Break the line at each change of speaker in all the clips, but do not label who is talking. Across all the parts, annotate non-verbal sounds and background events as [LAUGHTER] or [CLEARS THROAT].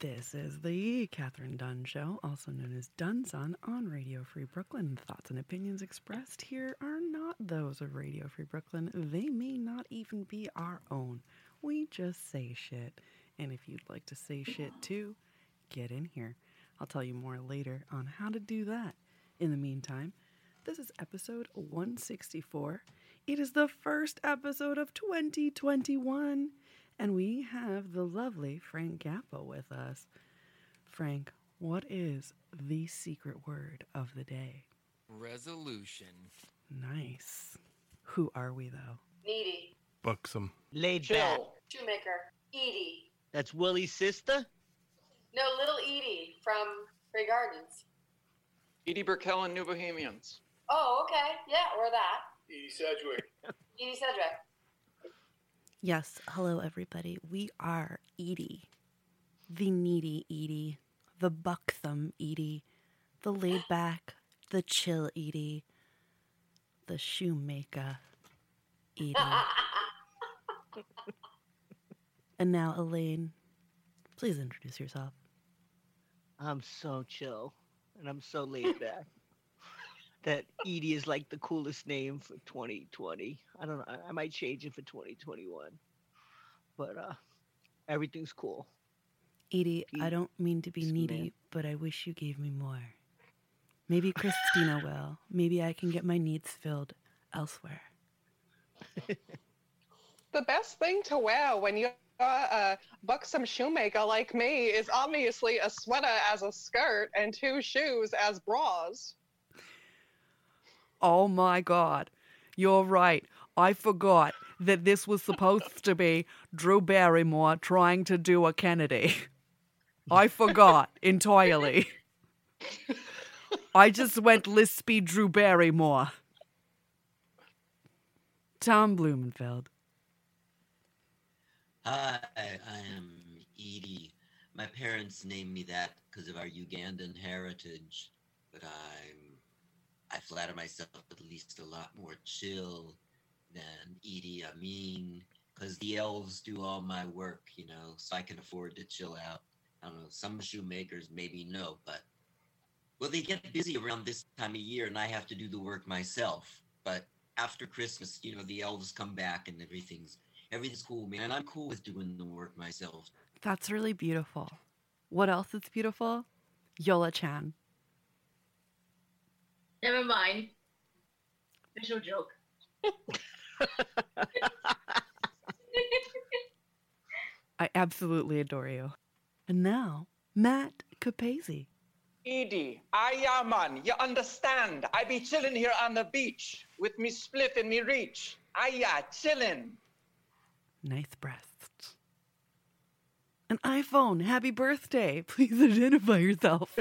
This is the Catherine Dunn Show, also known as Dunn's on, on Radio Free Brooklyn. Thoughts and opinions expressed here are not those of Radio Free Brooklyn. They may not even be our own. We just say shit. And if you'd like to say shit too, get in here. I'll tell you more later on how to do that. In the meantime, this is episode 164. It is the first episode of 2021. And we have the lovely Frank Gappa with us. Frank, what is the secret word of the day?
Resolution.
Nice. Who are we, though?
Needy,
buxom.
Laid back.
Jill, Shoemaker, Edie.
That's Willie's sister.
No, little Edie from Grey Gardens.
Edie Burkell and New Bohemians.
Oh, okay. Yeah, or that.
Edie
[LAUGHS]
Sedgwick.
Edie Sedgwick.
Yes. Hello, everybody. We are Edie, the needy Edie, the buxom Edie, the laid back, the chill Edie, the shoemaker Edie. and now, Elaine, please introduce yourself.
I'm so chill and I'm
[LAUGHS]
so laid back. that Edie is like the coolest name for 2020. I don't know. I, I might change it for 2021. But uh everything's cool.
Edie, I
Edie
don't mean to be
Smith.
needy, but I wish you gave me more. Maybe Christina will. Maybe I can get my needs filled elsewhere.
The best thing to wear when you're a buxom shoemaker like me is obviously a sweater as a skirt and two shoes as bras.
Oh my God. You're right. I forgot that this was supposed to be Drew Barrymore trying to do a Kennedy. I forgot entirely. I just went lispy Drew Barrymore. Tom Blumenfeld.
Hi, I am Edie. My parents named me that because of our Ugandan heritage, but I'm, I flatter myself at least a lot more chill than Edie Amin because the elves do all my work, you know, so I can afford to chill out. I don't know, some shoemakers maybe no, but well, they get busy around this time of year and I have to do the work myself. But after Christmas, you know, the elves come back and everything's everything's cool, man. And I'm cool with doing the work myself.
That's really beautiful. What else is beautiful? Yola Chan.
Never mind. There's no joke.
I absolutely adore you. And now, Matt Capazzi.
Edie, I yeah man, you understand? I be chillin' here on the beach with me spliff in me reach. I yeah, chillin'.
Nice breasts. An iPhone. Happy birthday. [LAUGHS] Please identify yourself.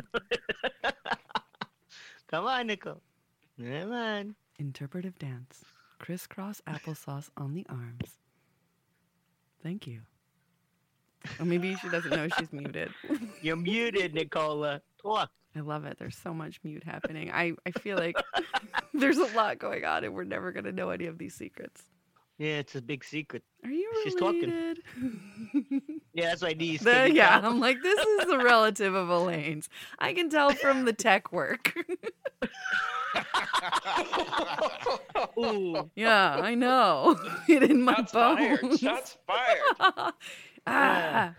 [LAUGHS] Come on, Nicole. Come on.
Interpretive dance. Crisscross applesauce on the arms. Thank you. Or maybe she
[LAUGHS]
doesn't know she's muted.
You're muted, Nicola. uh, Talk.
I love it. There's so much mute happening. I, I feel like [LAUGHS] there's a lot going on and we're never going to know any of these secrets.
Yeah, it's a big secret.
Are you
She's talking.
related?
[LAUGHS] Yeah, that's why [LAUGHS] these.
The- yeah, I'm like, this is a relative of Elaine's. I can tell from the tech work. [LAUGHS]
Ooh,
Yeah, I know. [LAUGHS] it in my
Shots fired.
bones.
Shots fired.
[LAUGHS] ah.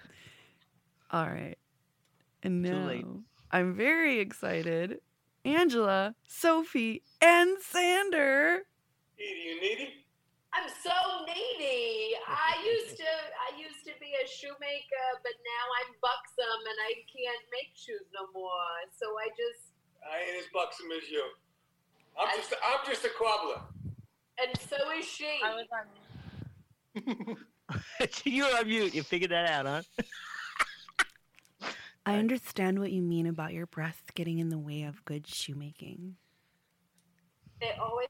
All right. And
Too late.
now I'm very excited. Angela, Sophie, and Sander.
Edie and Edie.
I'm so needy. I used to I used to be a shoemaker, but now I'm buxom and I can't make shoes no more. So I just
I ain't as buxom as you. I'm
I-
just, I'm just a cobbler.
and so is she.
I was on.
[LAUGHS] you're on mute. You figured that out, huh?
I understand what you mean about your breasts getting in the way of good shoemaking.
They always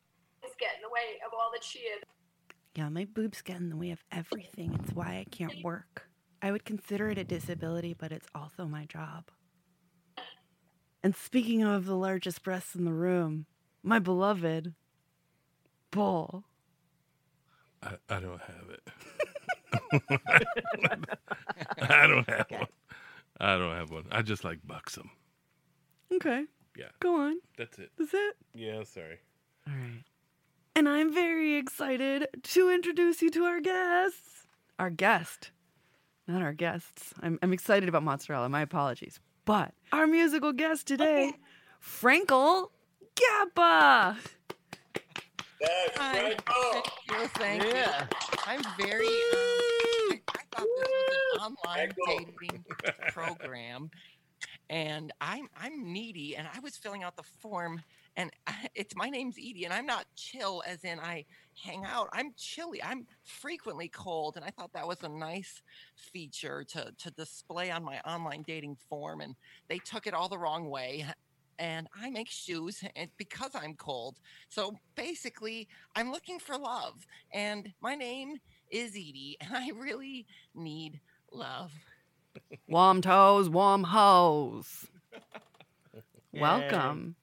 get in the way of all the cheer.
Yeah, my boobs get in the way of everything. It's why I can't work. I would consider it a disability, but it's also my job. And speaking of the largest breasts in the room, my beloved Bull.
I, I don't have it. I don't have one. I don't have one. I just like buxom.
Okay.
Yeah.
Go on.
That's it.
That's it.
Yeah, sorry.
All right. And I'm very excited to introduce you to our guests. Our guest, not our guests. I'm, I'm excited about mozzarella. My apologies. But our musical guest today, Frankel Gappa.
That's
Hi.
right. Oh,
Well, thank you.
yeah.
I'm very. Um, I, I thought this was an online
Echo.
dating program, and I'm I'm needy, and I was filling out the form, and [LAUGHS] I, it's my name's Edie, and I'm not chill as in I hang out. I'm chilly. I'm frequently cold, and I thought that was a nice feature to to display on my online dating form, and they took it all the wrong way. And I make shoes, and because I'm cold. So basically, I'm looking for love, and my name is Edie, and I really need love.
Warm toes, warm hoes. Welcome.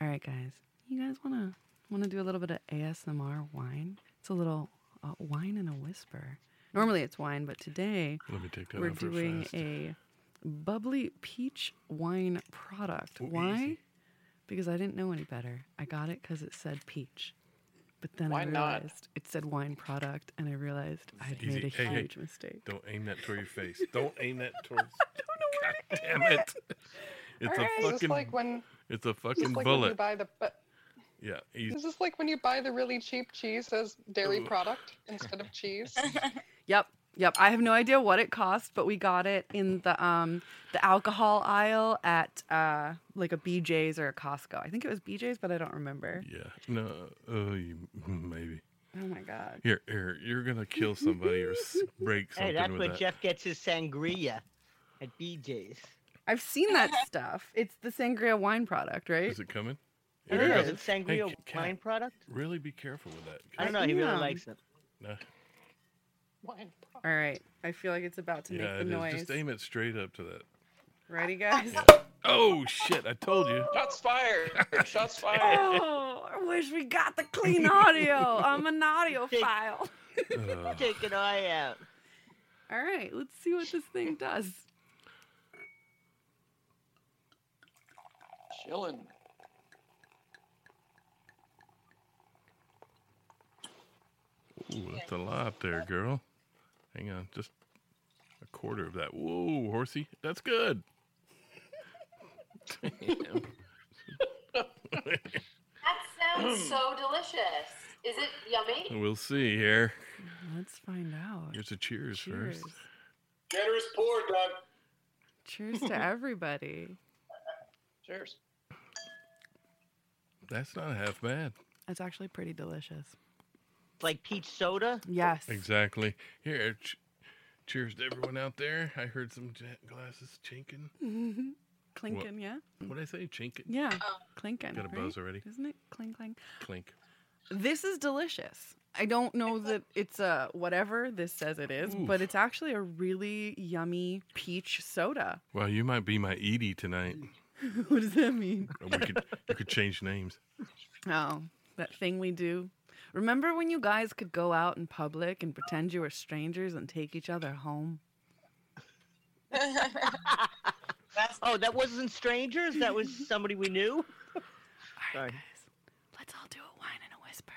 All right, guys. You guys wanna wanna do a little bit of ASMR wine? It's a little uh, wine and a whisper. Normally it's wine, but today
Let me take that
we're
off real
doing
fast.
a bubbly peach wine product.
Ooh,
Why?
easy.
Because I didn't know any better. I got it because it said peach. But then I
Why not?
realized it said wine product, and I realized I had
Easy.
made a
Hey, hey.
huge mistake.
Don't aim that toward your face. Don't aim that towards. God damn it! It's
All right.
a
It's
It's just
fucking.
like when
it's a
it's
fucking
just like when you
bullet.
buy the but
yeah. easy.
it's just like when you buy the really cheap cheese as dairy
Ooh.
product instead
[LAUGHS]
of cheese.
Yep. Yep. I have no idea what it cost, but we got it in the um the alcohol aisle at uh like a BJ's or a Costco. I think it was BJ's, but I don't remember.
Yeah. No. Uh, you, [LAUGHS] maybe.
Oh my god.
Here, here. You're gonna kill somebody or s- break something
Hey, that's where
with that.
Jeff gets his sangria at BJ's.
I've seen that [LAUGHS] stuff. It's the sangria wine product, right?
Is it coming?
It
Here
is.
comes.
It's sangria
Hey, Kat.
wine product.
Really be careful with that.
I don't know. He really
Yeah.
likes it.
No.
Wine product.
All right. I feel like it's about to
Yeah,
make
it
the
is.
noise.
Just aim it straight up to that.
Ready, guys?
Yeah. Oh shit! I told you.
Shots fired. Shots fired.
[LAUGHS] Oh, I wish we got the clean audio. I'm an audiophile.
Uh,
Take an eye out.
All right, let's see what this thing does.
Chilling.
ooh, that's a lot there, girl. Hang on, just a quarter of that. Whoa, horsey, that's good.
That
[CLEARS THROAT]
sounds so delicious. Is it yummy?
[LAUGHS] We'll see here.
Let's find out.
Here's a cheers,
Cheers.
first.
generous pour, Doug.
Cheers to everybody.
Cheers.
That's not half bad.
That's actually pretty delicious.
It's like peach soda.
Yes.
[LAUGHS] Exactly. Here, ch- cheers to everyone out there. I heard some ja glasses chinking.
[LAUGHS] Mhm. Clinking, yeah?
What did I say? Chinking?
Yeah. Clinking.
Got a
right?
buzz already.
Isn't it? Clink, clink.
Clink.
This is delicious. I don't know that it's a whatever this says it is,
Oof.
but it's actually a really yummy peach soda.
Well, you might be my Edie tonight.
[LAUGHS] what does that mean?
Or We could we could change names.
Oh, that thing we do. Remember when you guys could go out in public and pretend you were strangers and take each other home?
Oh, that wasn't strangers. That was somebody we
[LAUGHS]
knew.
All right,
Sorry.
guys. [LAUGHS] Let's all do a whine and a whisper.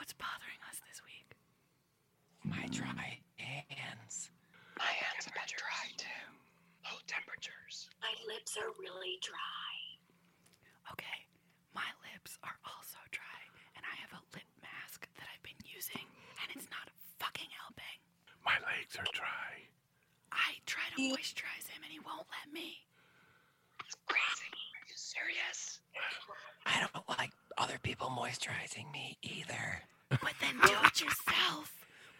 What's bothering us this week?
My dry hands.
My hands have been dry too. Low temperatures.
My lips are really dry.
Okay, my lips are also dry, and I have a lip mask that I've been using, and it's not fucking helping.
My legs are dry.
I try to moisturize him, and he won't let me.
It's crazy. Are you serious?
I don't like other people moisturizing me either.
But then do it yourself.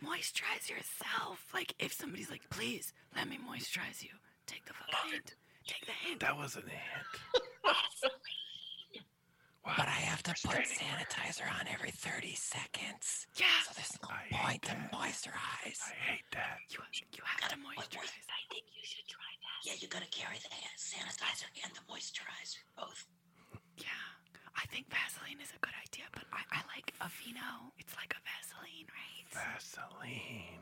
Moisturize yourself. Like if somebody's like, please let me moisturize you. Take the fucking hint. Take the hint.
That was an ant.
[LAUGHS]
But I have to put sanitizer on every 30 seconds.
Yeah,
So there's no
I hate
point to
that.
moisturize.
I hate that.
you, you have to moisturize.
I think you should try that.
Yeah, you gotta carry the hand sanitizer and the moisturizer both.
Yeah. I think Vaseline is a good idea, but I, I like Aveeno. It's like a Vaseline, right?
Vaseline.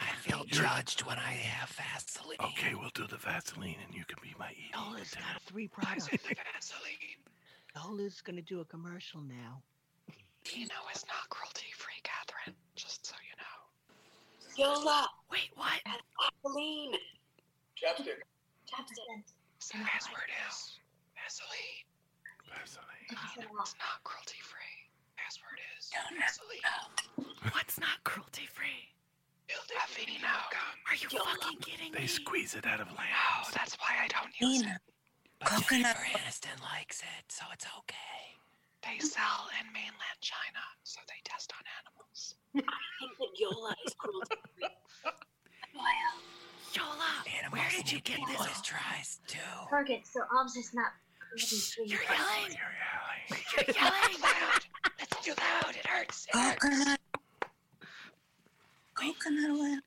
I feel judged when I have Vaseline.
Okay, we'll do the Vaseline and you can be my Edie.
Nola's got three products.
Vaseline.
Nola's gonna do a commercial now.
Tino is not cruelty free, Catherine, just so you know.
Yola
Wait, what?
and Adeline.
Chapstick.
Chapstick.
It's the password is Vaseline.
Vaseline.
It's not cruelty free. Password is Vaseline.
What's not cruelty free?
Building Avino.
Are you fucking kidding
They
me?
squeeze it out of lamb.
No, that's why I don't use it.
But Jennifer Aniston likes it, so it's okay.
They sell in mainland China, so they test on animals.
I think that Yola is cruelty free.
Yola, where did you get this?
Always tries to.
Target, so OBS is not cruelty free.
You're yelling.
You're yelling.
You're yelling.
Loud. That's too loud. It hurts. It hurts.
Coconut oil.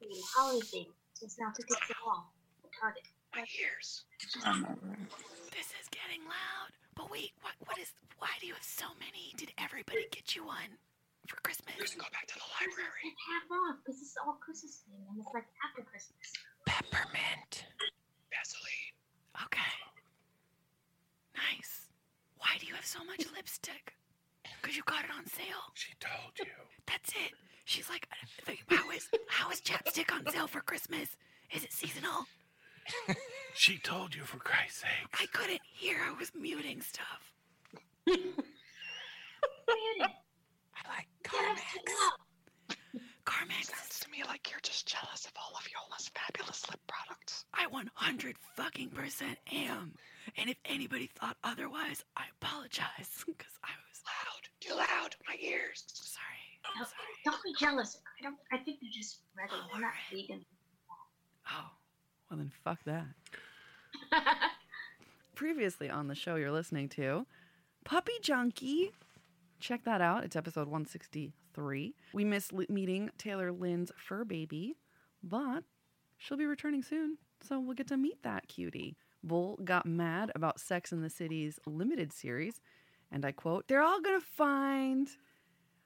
The Holly thing. So it's not to get the wall. Target.
My ears.
This is getting loud. But wait, what? What is? Why do you have so many? Did everybody get you one for Christmas?
Go back to the
Christmas
library.
is half off because it's all Christmas theme and it's like after Christmas.
Peppermint.
Vaseline.
Okay. Nice. Why do you have so much lipstick? Cause you got it on sale.
She told you.
That's it. She's like, "Uh, how is how is chapstick on sale for Christmas? Is it seasonal?
[LAUGHS] She told you for Christ's sake.
I couldn't hear. I was muting stuff.
Muted.
I like
Yeah, that's too
Carmex.
loud.
Carmex,
Sounds to me like you're just jealous of all of Yola's fabulous lip products.
I 100 fucking percent am. And if anybody thought otherwise, I apologize [LAUGHS] because I was
Loud. Too loud. My ears.
sorry.
No,
I'm sorry.
Don't be jealous. I don't. I think they're just regular. They're not
Alright.
vegan.
Oh, well then fuck that. Previously on the show you're listening to, Puppy Junkie. Check that out. It's episode 163. We missed li- meeting Taylor Lynn's fur baby, but she'll be returning soon, so we'll get to meet that cutie. Bull got mad about Sex in the City's limited series, and I quote, They're all gonna find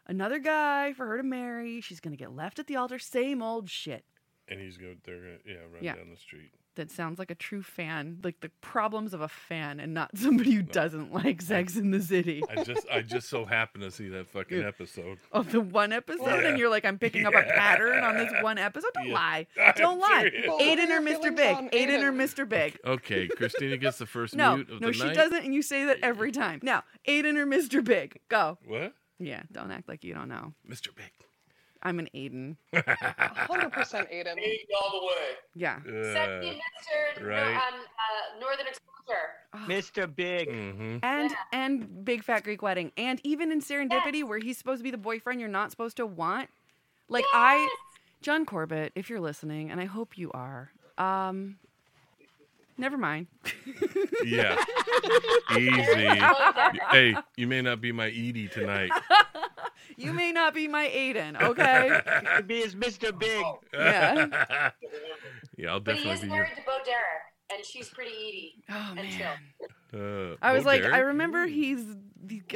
another guy for her to marry. She's gonna get left at the altar. Same old shit
And he's going, they're going to, yeah, run
Yeah.
down the street.
that sounds like a true fan, like the problems of a fan and not [LAUGHS] somebody who doesn't like Sex in the City.
I just,
[LAUGHS]
I just so happened to see that fucking
Yeah.
episode.
Of the one episode,
Yeah.
and you're like, I'm picking up a
Yeah.
pattern on this one episode. Don't
Yeah.
lie.
[LAUGHS] I'm
Don't lie.
serious.
Well, what
Aiden
are
or
your
Mr.
feelings
Big.
on
Aiden or
Aiden?
[LAUGHS]
Mr. Big.
Okay, Christina gets the first
No,
mute of
no,
the
she
night.
doesn't, and you say that every time. Now, Aiden or Mr. Big. Go.
What?
Yeah, don't act like you don't know.
Mr. Big.
I'm an
[LAUGHS]
Aiden.
100%
[LAUGHS]
Aiden.
Eating all the way.
Yeah.
Sexy Mr.
right.
No, um, uh, Northern Exposure.
Mr. Big.
mm-hmm.
Ah. And and Big Fat Greek Wedding. And even in Serendipity, where he's supposed to be the boyfriend you're not supposed to want. Like I John Corbett, if you're listening, and I hope you are. Um never mind. [LAUGHS]
Yeah. Easy.
[LAUGHS]
Exposure.
Hey, you may not be my Edie tonight.
You may not be my Aiden,
[LAUGHS]
okay?
Mr. B is Mr. Big.
Yeah.
Yeah, I'll
But he is
definitely be your.
married to Bo Derek, and she's pretty Edie.
Oh
And
man.
chill.
Uh,
I
Bo
was like, I
Derek?
remember he's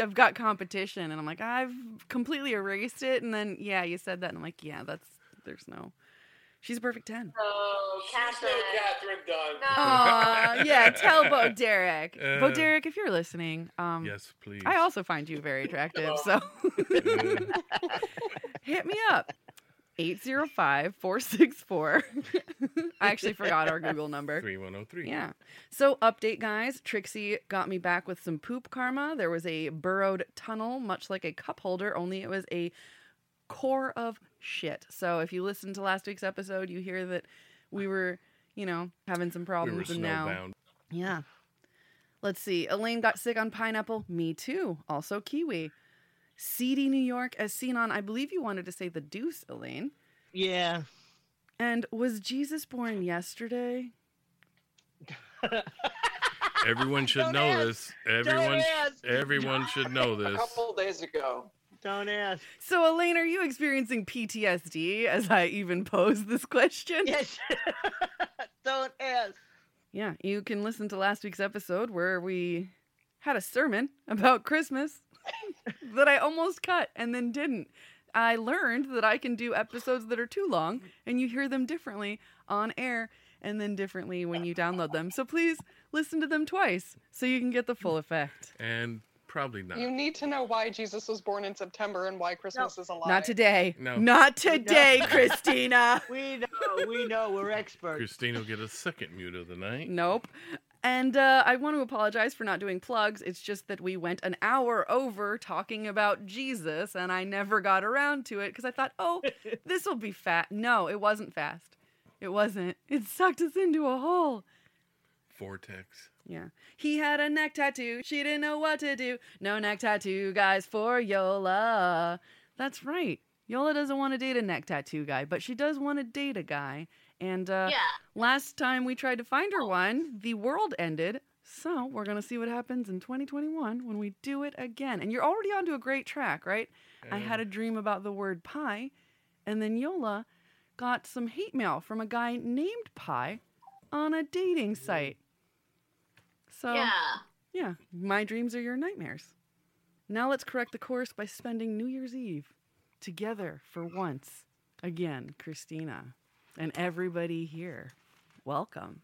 I've got competition and I'm like, I've completely erased it and then yeah, you said that and I'm like, yeah, that's there's no she's a perfect ten.
So,
She's no
Catherine.
Catherine Dunn.
No.
Aw, [LAUGHS] yeah,
[LAUGHS]
[LAUGHS]
tell Bo Derek. Bo
Uh,
Derek, if you're listening, um,
Yes, please.
I also find you very attractive,
[LAUGHS]
so
Uh,
[LAUGHS] hit me up. 805 [LAUGHS] 464. I actually forgot our Google number.
3103.
[LAUGHS]
Yeah. [LAUGHS] So, update, guys. Trixie got me back with some poop karma. There was a burrowed tunnel, much like a cup holder, only it was a core of shit. So, if you listened to last week's episode, you hear that we were, you know, having some
We
problems.
were
and now,
snowbound.
yeah. Let's see. Elaine got sick on pineapple. Me too. Also kiwi. Seedy New York, as seen on, I believe you wanted to say the deuce, Elaine.
Yeah.
And was Jesus born yesterday?
Everyone should
Don't
know
ask.
this. Everyone,
ask.
everyone should know
A
this.
couple days ago.
Don't ask.
So, Elaine, are you experiencing PTSD as I even pose this question?
[LAUGHS] Yes. Don't ask.
Yeah, you can listen to last week's episode where we
[LAUGHS]
had a sermon about Christmas that I almost cut and then didn't. I learned that I can do episodes that are too long and you hear them differently on air and then differently when you download them. So please listen to them twice so you can get the full effect.
And probably not.
You need to know why Jesus was born in September and why Christmas is a lie.
Not today.
No.
Not
We don't.
[LAUGHS] today, Christina.
We know, we know, we're experts.
Christina will get a second mute of the night.
Nope. And uh, I want to apologize for not doing plugs. It's just that we went an hour over talking about Jesus, and I never got around to it because I thought, oh, this will be fat. No, it wasn't fast. It wasn't. It sucked us into a hole.
Vortex.
Yeah. He had a neck tattoo. She didn't know what to do. No neck tattoo guys for Yola. That's right. Yola doesn't want to date a neck tattoo guy, but she does want to date a guy. And uh,
Yeah.
last time we tried to find her one, the world ended. So we're going to see what happens in 2021 when we do it again. And you're already onto a great track, right? I had a dream about the word pie, and then Yola got some hate mail from a guy named Pie on a dating site. So
Yeah.
yeah, my dreams are your nightmares. Now let's correct the course by spending New Year's Eve together for once. Again, Christina and everybody here. Welcome.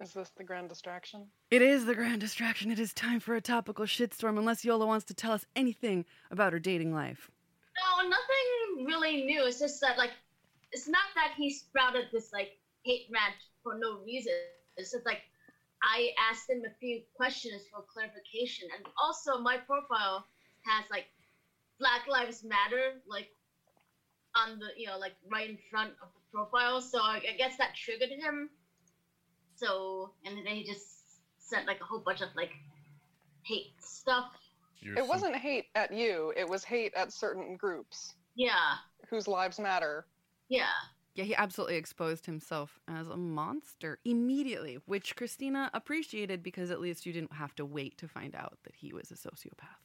Is this the grand distraction?
It is the grand distraction. It is time for a topical shitstorm unless Yola wants to tell us anything about her dating life.
No, nothing really new. It's just that like it's not that he sprouted this like hate rant for no reason. It's just like I asked him a few questions for clarification and also my profile has like Black Lives Matter like on the you know, like right in front of the profile. So I, I guess that triggered him. So and then he just sent like a whole bunch of like hate stuff.
You're
It wasn't hate at you, it was hate at certain groups
Yeah.
whose lives matter.
Yeah.
Yeah, he absolutely exposed himself as a monster immediately, which Christina appreciated because at least you didn't have to wait to find out that he was a sociopath.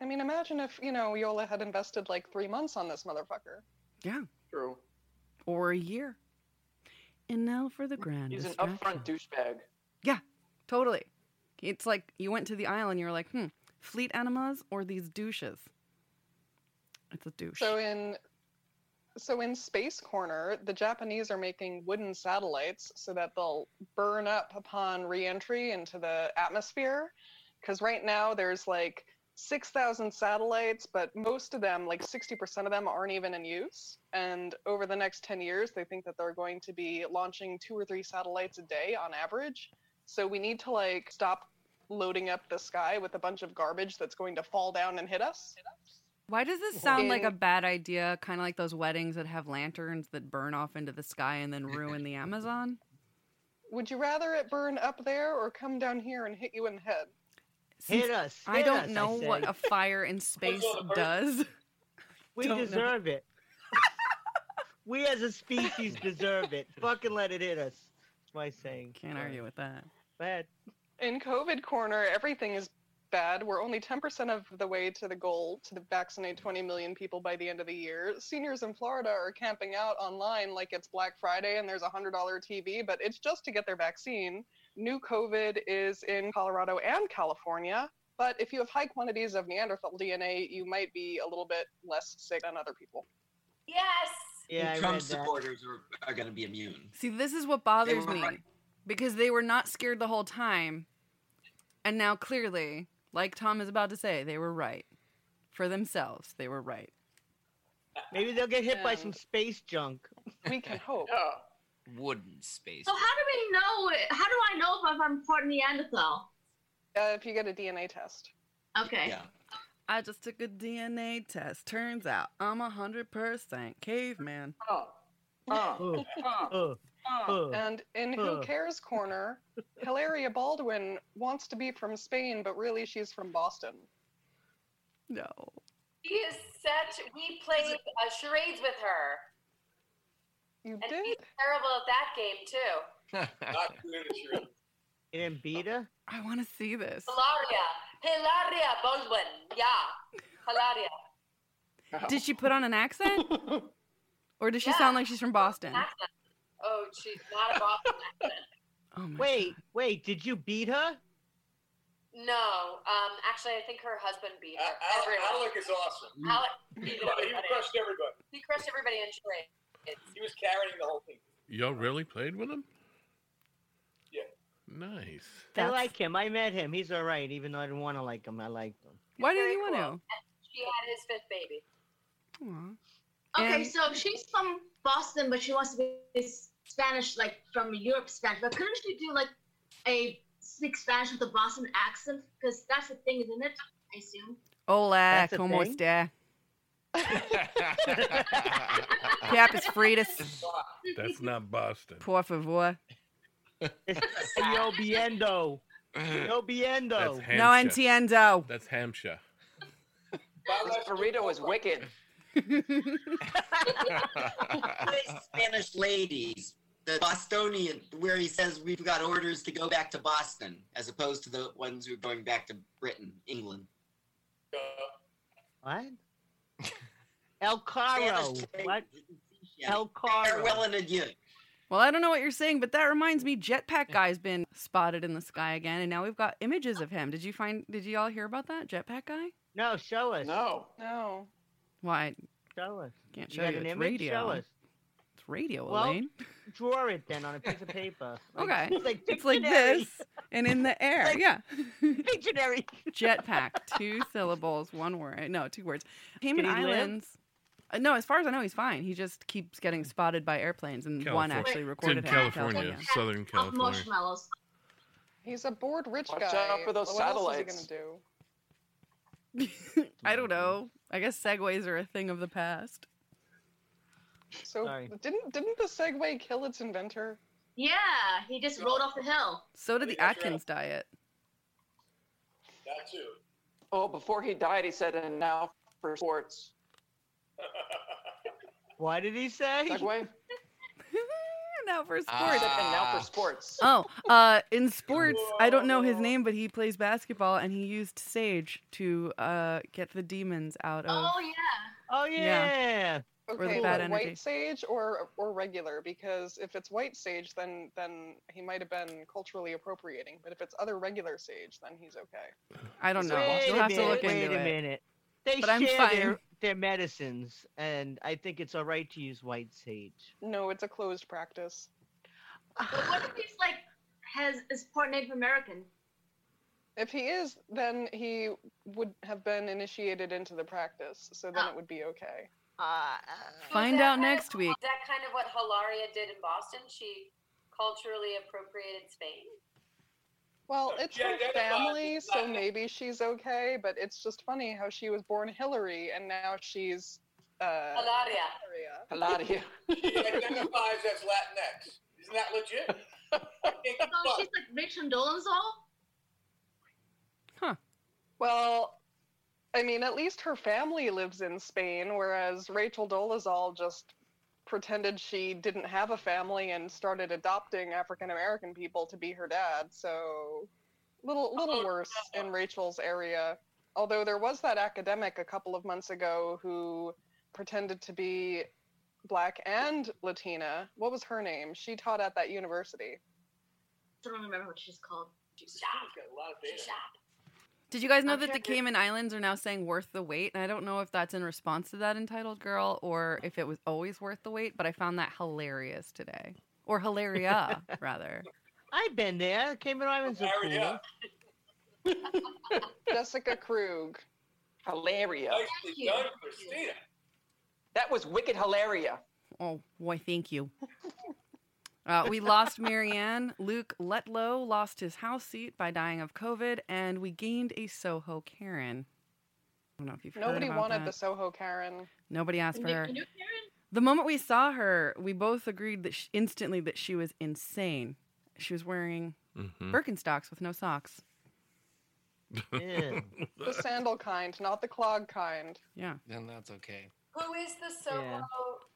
I mean, imagine if, you know, Yola had invested like three months on this motherfucker.
Yeah.
True.
Or a year. And now for the grand
He's an
distraction.
upfront douchebag.
Yeah, totally. It's like you went to the island, you were like, hmm, fleet animals or these douches? It's a douche.
So in so in Space Corner, the Japanese are making wooden satellites so that they'll burn up upon reentry into the atmosphere. Because right now there's like six thousand satellites, but most of them, like sixty percent of them, aren't even in use. And over the next ten years, they think that they're going to be launching two or three satellites a day on average. So we need to like stop loading up the sky with a bunch of garbage that's going to fall down and hit us.
Why does this sound like a
In-
bad idea? Kind of like those weddings that have lanterns that burn off into the sky and then ruin the Amazon?
Would you rather it burn up there or come down here and hit you in the head?
Hit
Since
us.
I
hit
don't
us,
know
say.
what a fire in space does. [LAUGHS]
We
don't know.
deserve
[LAUGHS]
it. we as a species deserve it. Fucking let it hit us. That's my saying.
Can't argue with that.
Bad.
In COVID corner, everything is bad. We're only 10% of the way to the goal to vaccinate 20 million people by the end of the year. Seniors in Florida are camping out online like it's Black Friday and there's a $100 TV, but it's just to get their vaccine. New COVID is in Colorado and California. But if you have high quantities of Neanderthal DNA, you might be a little bit less sick than other people.
Yes.
Yeah, I
Trump
read that.
supporters are, are going to be immune.
See, this is what bothers
were
me
right.
because they were not scared the whole time. And now clearly, like Tom is about to say, they were right. For themselves, they were right.
Maybe they'll get hit by some
And-
space junk.
We can hope.
Yeah.
Wooden space.
So how do we know? it- How do I know if I'm part Neanderthal?
Uh, if you get a DNA test.
Okay.
Yeah.
I just took a DNA test. Turns out I'm a 100% caveman.
Uh,
Oh.
uh,
Ugh,
uh,
ugh,
uh.
ugh.
And in Who
Huh.
Cares Corner, Hilaria Baldwin wants to be from Spain, but really she's from Boston.
No.
She is such. We played uh, charades with her,
You
and
did?
she's terrible at that game too.
[LAUGHS] Not good at your
And Beta?
I want to see this.
Hilaria, Hilaria Baldwin, yeah, Hilaria.
Did she put on an accent? Or does she
Yeah.
sound like she's from Boston?
Accent. Oh, she's not a Boston accent.
Oh my
Wait, wait, did you beat her?
No, um, actually, I think her husband beat her.
Al-
Everyone.
Alec is awesome.
Alec
He
beat everybody.
crushed everybody.
He crushed everybody in trade.
He was carrying the whole team.
Y'all really played with him?
Yeah.
Nice.
I like him. I met him. He's all right, even though I didn't want to like him. I liked him.
Why did you want to?
She had his fifth baby.
Okay,
And-
so she's from Boston, but she wants to be Spanish, like from Europe Spanish. But couldn't she do like a speak Spanish with a Boston accent? Because that's the thing, isn't it? I assume.
Hola,
That's a
¿cómo
thing?
está? [LAUGHS] Papas fritas.
That's not Boston.
Por favor.
Yo biendo.
[LAUGHS]
Yo
That's
biendo.
Hampshire.
No entiendo.
That's Hampshire. [LAUGHS]
This burrito is
[LAUGHS]
wicked.
[LAUGHS] Spanish ladies, the Bostonian, where he says we've got orders to go back to Boston, as opposed to the ones who are going back to Britain, England.
[LAUGHS]
What? El Caro. What? El Caro.
Farewell and adieu.
Well, I don't know what you're saying, but that reminds me Jetpack Guy's been spotted in the sky again and now we've got images of him. Did you find did you all hear about that? Jetpack Guy?
No, show us.
No.
No.
Why?
Show us.
Can't
You
show
got
you.
an
It's
image?
radio.
Show us.
It's radio,
Well,
Elaine.
Draw it then on a piece of paper.
Okay.
It's [LAUGHS] like,
it's like
dictionary.
this and in the air. yeah.
[LAUGHS] Dictionary.
Jetpack. Two
[LAUGHS]
syllables, one word. Eh, No, two words. Cayman
Can he live?
Islands. Uh, No, as far as I know, he's fine. He just keeps getting spotted by airplanes, and one
California.
actually
It's
recorded
in
him.
California, Southern California.
Marshmallows.
He's a bored rich
Watch
guy.
out for those
what
satellites.
Else is he gonna do?
[LAUGHS] I don't know. I guess segways are a thing of the past.
So didn't didn't the Segway kill its inventor?
Yeah, he just rolled off the hill.
So did the Atkins diet.
That too.
Oh, before he died, he said, and now for sports.
Why did he say?
Segway?
now for sports.
He said, Ah. and now for sports.
Oh, uh, in sports, I don't know his name, but he plays basketball, and he used sage to uh, get the demons out of.
Oh yeah.
Oh
Yeah. Or the
Okay,
bad
like
energy.
white sage or or regular because if it's white sage, then then he might have been culturally appropriating. But if it's other regular sage, then he's okay.
I don't know.
Wait
You'll
a
have
minute,
to look
wait
into
a
it.
minute. They
But I'm
share
fine.
Their, their medicines, and I think it's all right to use white sage.
No, it's a closed practice.
But what if he's like has is part Native American?
If he is, then he would have been initiated into the practice, so
Oh.
then it would be okay.
Uh,
Find out next week.
Is that kind of what Hilaria did in Boston? She culturally appropriated Spain.
Well, it's
Yeah,
her
that's fine. [LAUGHS]
family,
It's
so
not-
maybe she's okay. But it's just funny how she was born Hillary and now she's uh,
Hilaria.
Hilaria.
He identifies as Latinx. Isn't that legit?
So she's like Rachel Dolan's all.
Well, I mean, at least her family lives in Spain, whereas Rachel Dolezal just pretended she didn't have a family and started adopting African American people to be her dad. So, little little worse in Rachel's area. Although there was that academic a couple of months ago who pretended to be black and Latina. What was her name? She taught at that university.
I don't remember what she's called.
She's shocked. She's shocked.
Did you guys know that the Cayman Islands are now saying worth the wait? And I don't know if that's in response to that entitled girl or if it was always worth the wait, but I found that hilarious today. Or
[LAUGHS]
hilaria, rather.
[LAUGHS] I've been there. Cayman Islands are cool.
[LAUGHS] Jessica Krug.
Hilaria.
Nicely done, Christina.
That was wicked Hilaria.
Oh, why, thank you. Uh, we lost Marianne. Luke Letlow lost his house seat by dying of COVID, and we gained a Soho Karen. I don't know if you've
Nobody
heard about
wanted
that.
the Soho Karen.
Nobody asked for
New-
her.
new
The moment we saw her, we both agreed that sh instantly that she was insane. She was wearing
Mhm.
Birkenstocks with no socks.
[LAUGHS]
The sandal kind, not the clog kind.
Yeah.
Then that's okay.
Who is the Soho?
Yeah.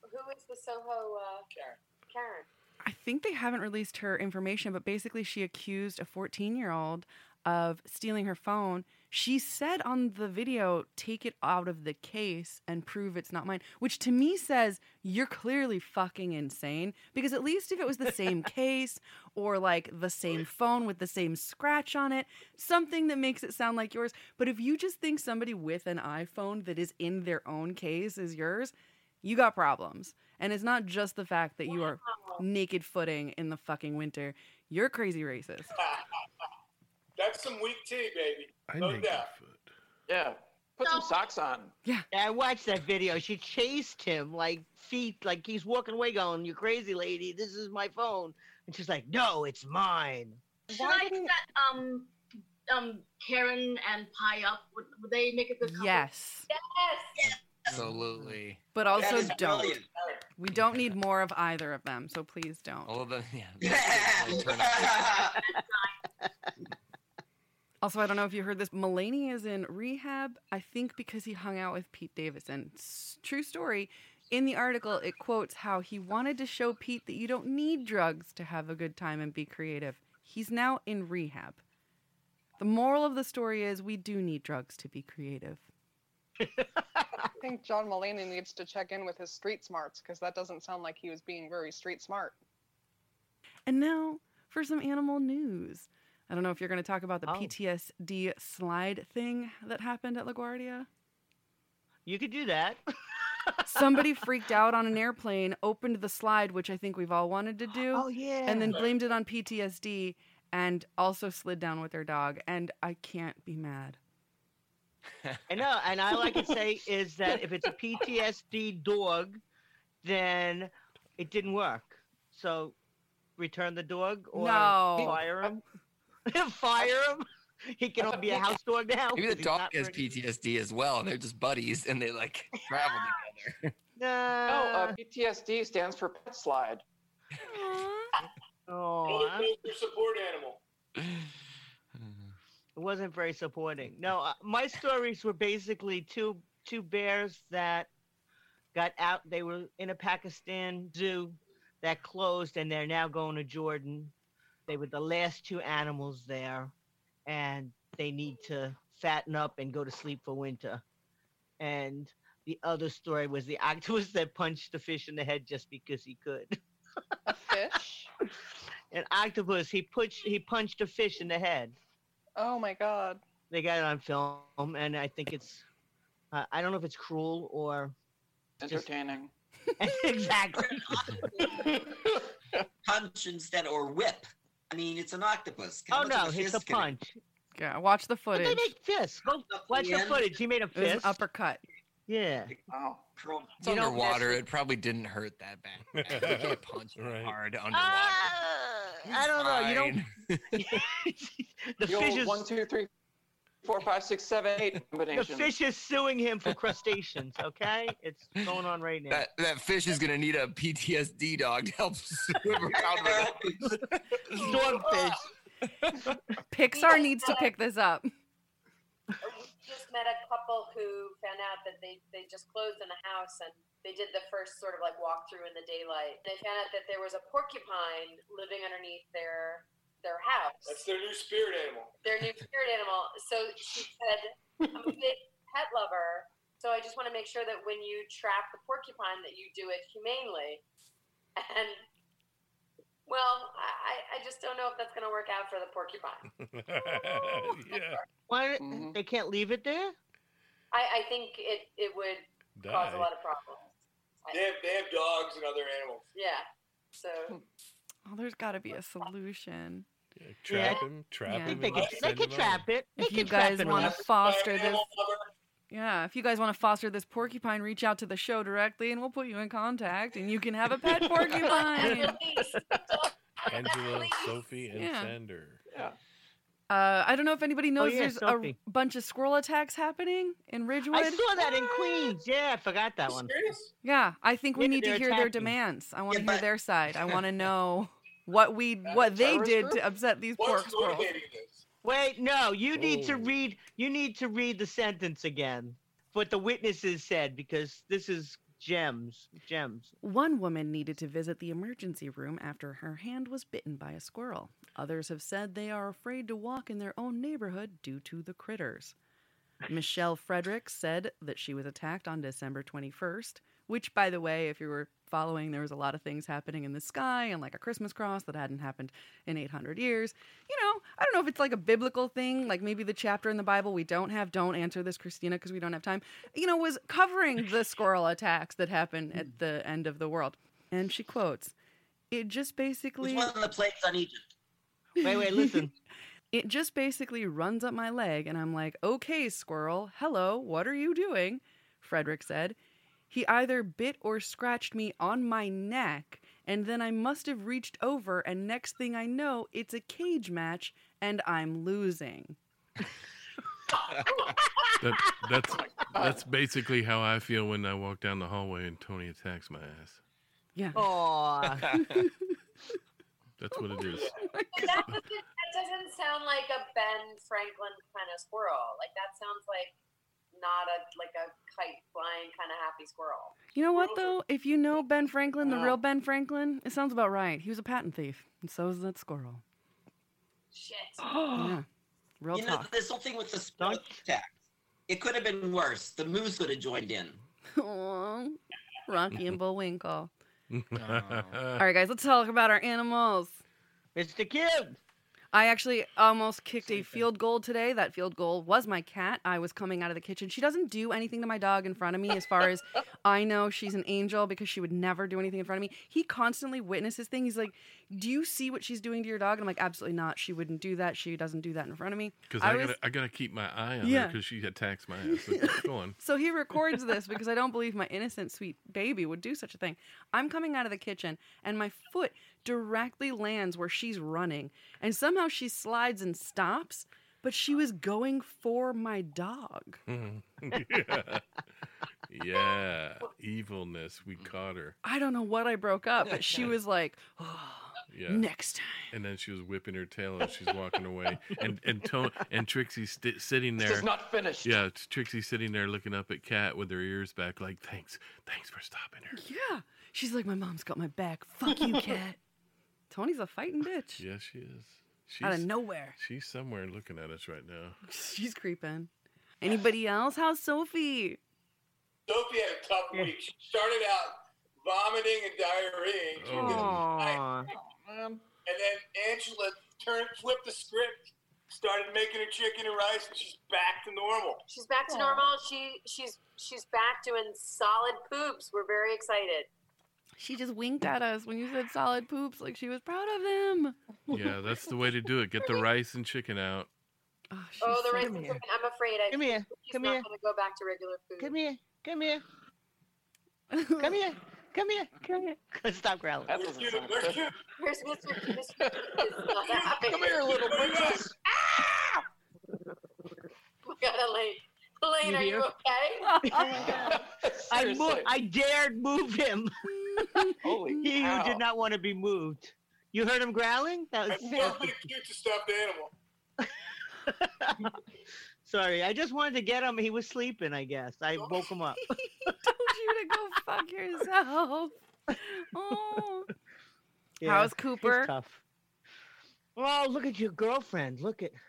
Who is the Soho? Uh, Karen. Karen.
I think they haven't released her information, but basically she accused a 14 year old of stealing her phone. She said on the video, take it out of the case and prove it's not mine, which to me says you're clearly fucking insane. Because at least if it was the same case or like the same phone with the same scratch on it, something that makes it sound like yours. But if you just think somebody with an iPhone that is in their own case is yours, you got problems. And it's not just the fact that you are naked footing in the fucking winter. You're crazy racist.
That's some weak tea, baby.
I
no
think-
doubt.
Yeah. Put some socks on.
Yeah.
I watched that video. She chased him like feet, like he's walking away, going, "You crazy lady, this is my phone," and she's like, "No, it's mine."
Should I set um um Karen and Pie up? Would, would they make a good couple?
Yes.
Yes.
Absolutely.
But also
is
don't.
brilliant.
We don't need more of either of them, so please don't.
All of them, yeah. [LAUGHS] they turn out-
Also, I don't know if you heard this. Mulaney is in rehab, I think because he hung out with Pete Davidson. S- True story. In the article, it quotes how he wanted to show Pete that you don't need drugs to have a good time and be creative. He's now in rehab. The moral of the story is we do need drugs to be creative.
I think John Mulaney needs to check in with his street smarts because that doesn't sound like he was being very street smart.
And now for some animal news. I don't know if you're going to talk about the
Oh.
PTSD slide thing that happened at LaGuardia.
You could do that. [LAUGHS]
Somebody freaked out on an airplane, opened the slide, which I think we've all wanted to do.
Oh, yeah.
And then blamed it on PTSD and also slid down with their dog. And I can't be mad.
I know, and all I can say is that if it's a PTSD dog, then it didn't work. So return the dog or
No.
fire him. [LAUGHS] fire him. He can only be a house dog now.
Maybe
'cause
the
he's
dog
not
has
ready.
PTSD as well, and they're just buddies, and they
[LAUGHS]
like travel together.
No.
No, uh, PTSD stands for pet slide.
Oh,
Vote
I'm-
with your support animal.
it wasn't very supporting. No, uh, my stories were basically two two bears that got out. They were in a Pakistan zoo that closed, and they're now going to Jordan. They were the last two animals there, and they need to fatten up and go to sleep for winter. And the other story was the [LAUGHS] octopus that punched the fish in the head just because he could. [LAUGHS]
A fish?
An octopus, he punched he punched a fish in the head.
oh my god.
they got it on film, and I think it's uh, I don't know if it's cruel or
[LAUGHS]
Entertaining.
exactly.
punch instead or whip. I mean, it's an octopus.
oh
How much of
no, it's a
fist can it-
punch.
Yeah, watch the
But
footage.
they
It
make fists. Go watch the
Yeah.
footage. He made a
was an
fist.
uppercut.
Yeah,
Wow.
Curl-
Oh. It's
You don't
underwater.
mess
It probably didn't hurt that bad. You can't punch that
Right.
hard underwater.
Ah, Uh, I don't know. You don't.
Fine.
[LAUGHS]
[LAUGHS]
the
Yo,
fish is
one, two, three, four, five, six, seven, eight
[LAUGHS] the
combination.
fish is suing him for crustaceans. Okay, it's going on right now.
That that fish is gonna need a PTSD dog to help swim
[LAUGHS]
around with it.
Stormfish.
[LAUGHS] Pixar needs to pick this up.
We just met a couple who found out that they, they just closed in a house and they did the first sort of like walkthrough in the daylight. They found out that there was a porcupine living underneath their their house.
That's their new spirit animal.
their new spirit animal. So she said, I'm a big pet lover, so I just want to make sure that when you trap the porcupine that you do it humanely. And well, I, I- I just don't know if that's going to work out for the porcupine.
[LAUGHS]
yeah.
Why
Mhm.
they can't leave it there?
I, I think it, it would cause a
Die.
lot of problems.
They have, they have dogs and other animals.
Yeah. So
Oh, there's got to be a solution.
Yeah, Trap him. Trap
Yeah.
I
him. and
think they could. They
send
could
him
trap it. They
If you
could trap
guys
it.
want to foster this,
Animal lover.
yeah, if you guys want to foster this porcupine, reach out to the show directly and we'll put you in contact and you can have
[LAUGHS]
a pet porcupine.
please,
out. Angela,
Please.
Sophie, and
Yeah.
Sander.
Yeah.
Uh, I don't know if anybody knows
Oh, yeah,
there's a
Sophie.
bunch of squirrel attacks happening in Ridgewood.
I saw that in Queens. Yeah, I forgot that one.
Serious?
Yeah, I think we
Yeah,
need to
they're
hear their
attacking.
demands. I want to
Yeah,
hear
but-
their side. I want to know what we what they
terrorist
did
group?
to upset these poor
What's
squirrels.
motivating this?
Wait, no, you need to
Oh.
read you need to read the sentence again. What the witnesses said because this is gems, gems. [LAUGHS]
One woman needed to visit the emergency room after her hand was bitten by a squirrel. Others have said they are afraid to walk in their own neighborhood due to the critters. Michelle Frederick said that she was attacked on December 21st, which, by the way, if you were following, there was a lot of things happening in the sky and like a Christmas cross that hadn't happened in 800 years. You know, I don't know if it's like a biblical thing, like maybe the chapter in the Bible we don't have, don't answer this, Christina, because we don't have time, you know, was covering the squirrel attacks that happened
Hmm.
at the end of the world. And she quotes, it just basically.
Which one of the plagues on Egypt?
Wait, wait, listen.
[LAUGHS] it just basically runs up my leg, and I'm like, okay, squirrel, hello, what are you doing? Frederick said. He either bit or scratched me on my neck, and then I must have reached over, and next thing I know, it's a cage match, and I'm losing.
That, that's that's basically how I feel when I walk down the hallway and Tony attacks my ass.
Yeah.
[LAUGHS]
Uh.
Aw.
[LAUGHS] That's what it
[LAUGHS]
is. [LAUGHS]
But that, doesn't, that doesn't sound like a Ben Franklin kind of squirrel. Like that sounds like not a like a kite flying kind of happy squirrel.
You know what though? If you know Ben Franklin, the real Ben Franklin, it sounds about right. He was a patent thief, and so is that squirrel. [LAUGHS]
Shit.
[GASPS] Yeah. Real
you know,
talk.
this whole thing with the squirrel attack. It could have been worse. The moose would have joined in.
Aw, Rocky and Bullwinkle. All
All
right, guys, let's talk about our animals.
Mr. Kim.
I actually almost kicked a field goal today. That field goal was my cat. I was coming out of the kitchen. She doesn't do anything to my dog in front of me, as far as I know. She's an angel because she would never do anything in front of me. He constantly witnesses things. He's like, Do you see what she's doing to your dog? And I'm like, Absolutely not. She wouldn't do that. She doesn't do that in front of me.
Because
I
I,
was-
gotta, I gotta keep my eye on
Yeah.
her because she attacks my ass.
[LAUGHS]
Like, Go on.
So he records this because I don't believe my innocent, sweet baby would do such a thing. I'm coming out of the kitchen and my foot directly lands where she's running. And somehow she slides and stops, but she was going for my dog.
Mhm. yeah. [LAUGHS] yeah, evilness. We caught her.
I don't know what I broke up, but she was like, oh,
Yeah.
next time.
And then she was whipping her tail as she's walking away, and and to- and Trixie's sti- sitting there.
This is not finished.
Yeah, it's Trixie sitting there looking up at Kat with her ears back, like, thanks, thanks for stopping her.
Yeah. She's like, my mom's got my back. Fuck you, cat. [LAUGHS] Tony's a fighting bitch.
Yes, she is. She's,
Out of nowhere.
She's somewhere looking at us right now.
She's creeping. Anybody else? How's Sophie?
Sophie had a tough week. She started out vomiting and diarrhea,
Oh.
Aw.
and then Angela turned, flipped the script, started making her chicken and rice, and she's back to normal.
She's back to normal. She she's she's back doing solid poops. We're very excited.
She just winked at us when you said solid poops, like she was proud of them.
Yeah, that's the way to do it. Get the rice and chicken out.
oh, the
said-
rice
Come
is
here.
cooking. I'm afraid I,
Come here.
she's
Come
not
here.
going to go back to regular food.
Come here. Come here. Come here. Come here. Come here. Stop growling.
That doesn't sound
Where's
good.
Cute?
Here's Mr. Mr. It's
[LAUGHS]
not happening.
Come here,
[LAUGHS]
little princess.
Oh my God, Elaine. Elaine, are you
You
okay?
[LAUGHS]
[LAUGHS]
I moved,
Seriously.
I dared move him.
[LAUGHS] Holy
He who
cow.
did not want to be moved. You heard him growling? That
I've
was
never been cute to stuffed animal.
[LAUGHS] sorry. I just wanted to get him. He was sleeping, I guess. I woke
[LAUGHS]
him up.
Told you to go fuck yourself. Oh. How's Cooper?
He's tough. Oh, look at your girlfriend. Look at
[LAUGHS]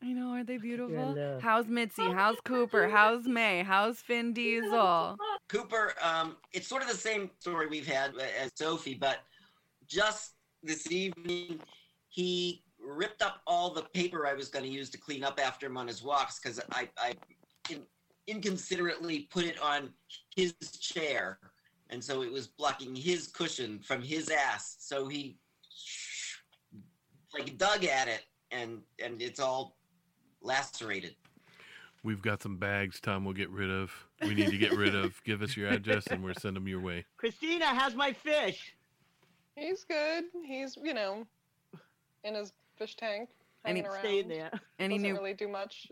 I know, are they beautiful?
love.
How's Mitzi? How's Cooper? How's May? How's [LAUGHS] Finn Diesel?
[LAUGHS] Cooper, um, it's sort of the same story we've had as Sophie, but just this evening, he ripped up all the paper I was going to use to clean up after him on his walks because I, I in, inconsiderately put it on his chair. And so it was blocking his cushion from his ass. So he like dug at it and, and it's all lacerated.
We've got some bags, Tom, we'll get rid of. We need to get rid of. Give us your address and we'll send them your way.
Christina, how's my fish?
He's good. He's, you know, in his fish tank,
And
hanging
he
around.
Stay there.
Any
Doesn't
new
really do much.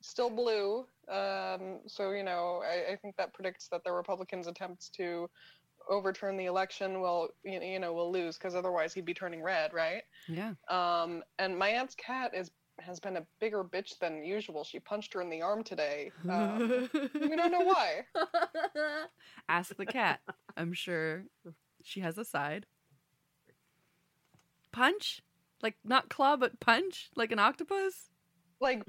Still blue. Um, so, you know, I, I think that predicts that the Republicans' attempts to overturn the election will, you, you know, will lose because otherwise he'd be turning red, right?
Yeah.
Um, and my aunt's cat is has been a bigger bitch than usual. She punched her in the arm today. Um, we don't know why.
Ask the cat. I'm sure she has a side. Punch? Like not claw, but punch? Like an octopus?
Like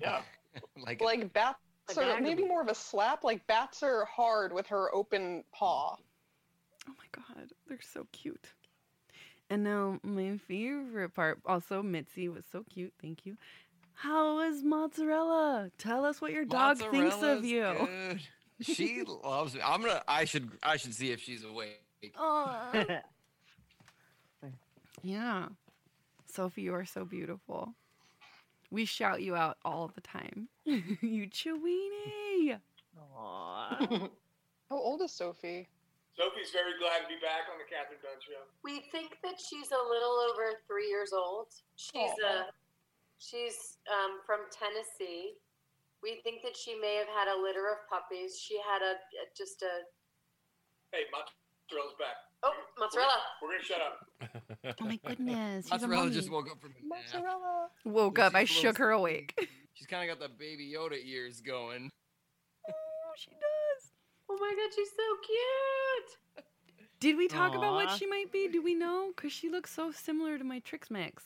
like,
bats
Like
are
an
maybe
octopus.
more of a slap. Like bats are hard with her open paw.
Oh my god, they're so cute. And now my favorite part. Also, Mitzi was so cute. Thank you. How is Oh, mozzarella? Tell us what your dog thinks of
Mozzarella's
you.
good. She loves me. I'm gonna. I should. I should see if she's awake.
Aw. [LAUGHS] yeah. Sophie, you are so beautiful. We shout you out all the time. [LAUGHS] you Chewini.
Aww.
[LAUGHS] How old is Sophie?
Sophie's very glad to be back on the Catherine Dunn Show.
We think that she's a little over three years old. She's
Oh.
a she's um, from Tennessee. We think that she may have had a litter of puppies. She had a, a just a
Hey, Mozzarella's back.
oh mozzarella.
We're gonna shut up.
Oh my goodness. she's a
Mozzarella just
mommy.
woke
[LAUGHS]
up from a nap.
Mozzarella.
Woke
She's
up. I
a little
shook her awake. [LAUGHS]
She's kind of got the baby Yoda ears going.
Oh, she does.
Oh my god, she's
[LAUGHS]
so cute.
Did we talk about
Aw.
what she might be? Do we know? Because she looks so similar to my Trix Max.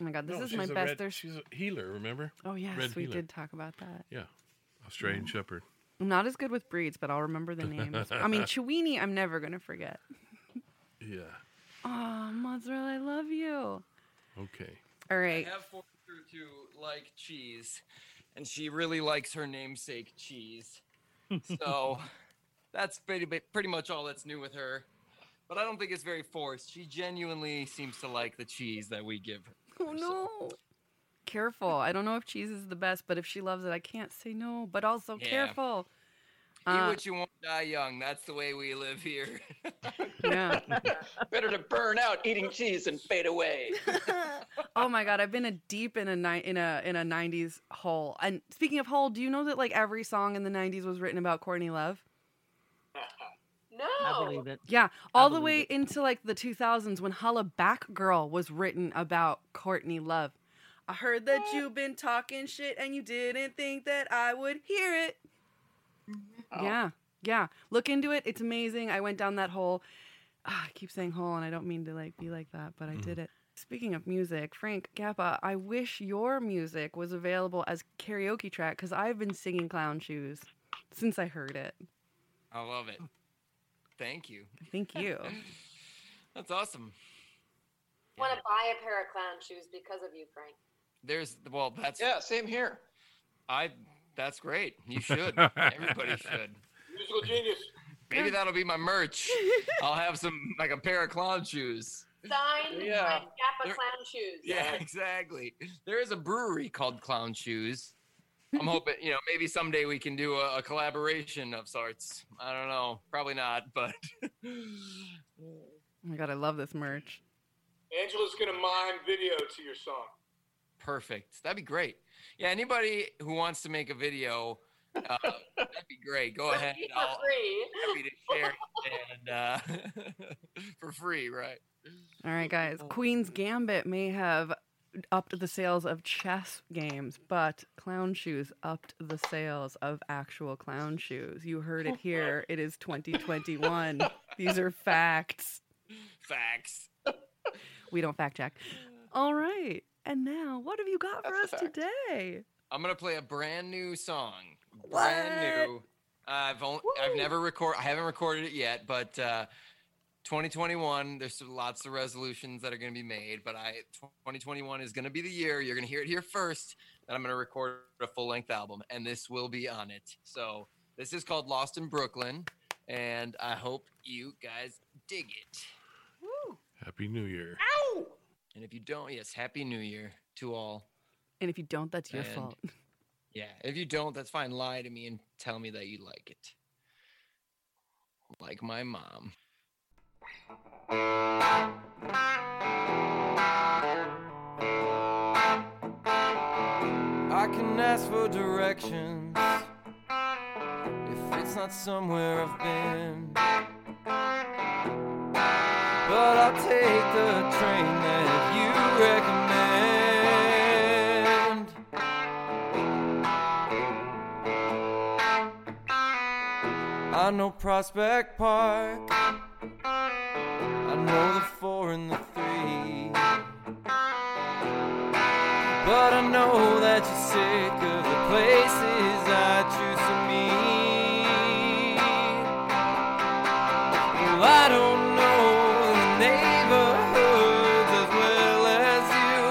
Oh my god, this
No,
is my
she's a
best.
red-
There's...
she's a healer, remember?
Oh yes,
Red
we
healer.
did talk about that.
Yeah. Australian Shepherd.
I'm not as good with breeds, but I'll remember the names.
[LAUGHS]
I mean, Chewini, I'm never gonna forget.
Yeah.
Oh, mozzarella, I love you.
Okay.
All right.
I have forced her to like cheese, and she really likes her namesake cheese.
[LAUGHS]
So that's pretty ba- pretty much all that's new with her. But I don't think it's very forced. She genuinely seems to like the cheese that we give her. [LAUGHS]
Oh no. Careful. I don't know if cheese is the best, but if she loves it, I can't say no. But also
Yeah.
careful.
Eat
Uh,
what you want, die young. That's the way we live here.
[LAUGHS] yeah.
[LAUGHS]
[LAUGHS]
Better to burn out eating cheese and fade away.
oh my god, I've been a deep in a ni- in a in a '90s hole. And speaking of hole, do you know that like every song in the '90s was written about Courtney Love?
I
No.
believe it.
Yeah, all the way into like the 2000s when Holla Back Girl was written about Courtney Love. I heard that you've been talking shit and you didn't think that I would hear it. Yeah, yeah. Look into it. It's amazing. I went down that hole. Ah, I keep saying hole, and I don't mean to like be like that, but I did it. Speaking of music, Frank Kappa, I wish your music was available as karaoke track because I've been singing Clown Shoes since I heard it.
I love it. Thank you.
Thank you.
That's awesome.
Want to buy a pair of clown shoes because of you, Frank.
There's well, that's
Yeah, same here.
I. That's great. You should. Everybody should.
Musical genius.
Maybe that'll be my [LAUGHS] merch. I'll have some like a pair of clown shoes.
Sign
Yeah.
my Kappa
There-
clown shoes.
Yeah, exactly. There is a brewery called Clown Shoes. I'm hoping, you know, maybe someday we can do a, a collaboration of sorts. I don't know. Probably not, but [LAUGHS]
Oh my god, I love this merch.
Angela's gonna mime video to your song.
perfect. That'd be great. Yeah, anybody who wants to make a video, uh, that'd be great. Go ahead.
For
I'll
free.
happy to share it and uh, [LAUGHS] for free, right?
All right, guys.
Oh,
Queen's Gambit may have upped the sales of chess games, but Clown Shoes upped the sales of actual clown shoes. You heard it here. It is
[LAUGHS]
2021. These are facts.
Facts.
We don't fact check. All right. And now, what have you got for
That's a
us
fact.
today?
I'm gonna play a brand new song. Brand new. I've only, I've never record. I haven't recorded it yet, but uh, 2021. There's still lots of resolutions that are gonna be made, but I 2021 is gonna be the year. You're gonna hear it here first. That I'm gonna record a full length album, and this will be on it. So this is called Lost in Brooklyn, and I hope you guys dig it.
Happy New Year.
And if you don't, yes, Happy New Year to all.
And if you don't, that's your
And-
[LAUGHS]
[LAUGHS]
fault.
Yeah, if you don't, that's fine. Lie to me and tell me that you like it. Like my
[LAUGHS]
mom. I can ask for directions if it's not somewhere I've been. But I'll take the train that you recommend.
I know Prospect Park. I know the four and the three. But I know that you're sick of the places I choose to meet. Well, I don't know the neighborhoods as well as you.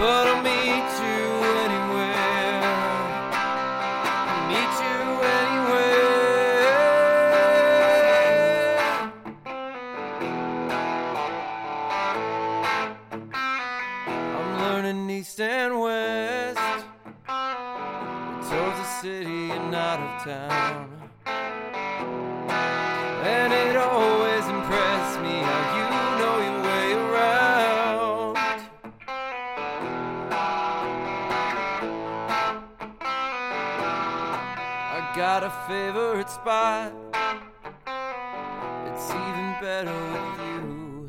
But I'll meet you anywhere. I'll meet you anywhere. I'm learning east and west, towards the city and out of town. And it always impressed me how you know your way around. I got a favorite spot, it's even better with you.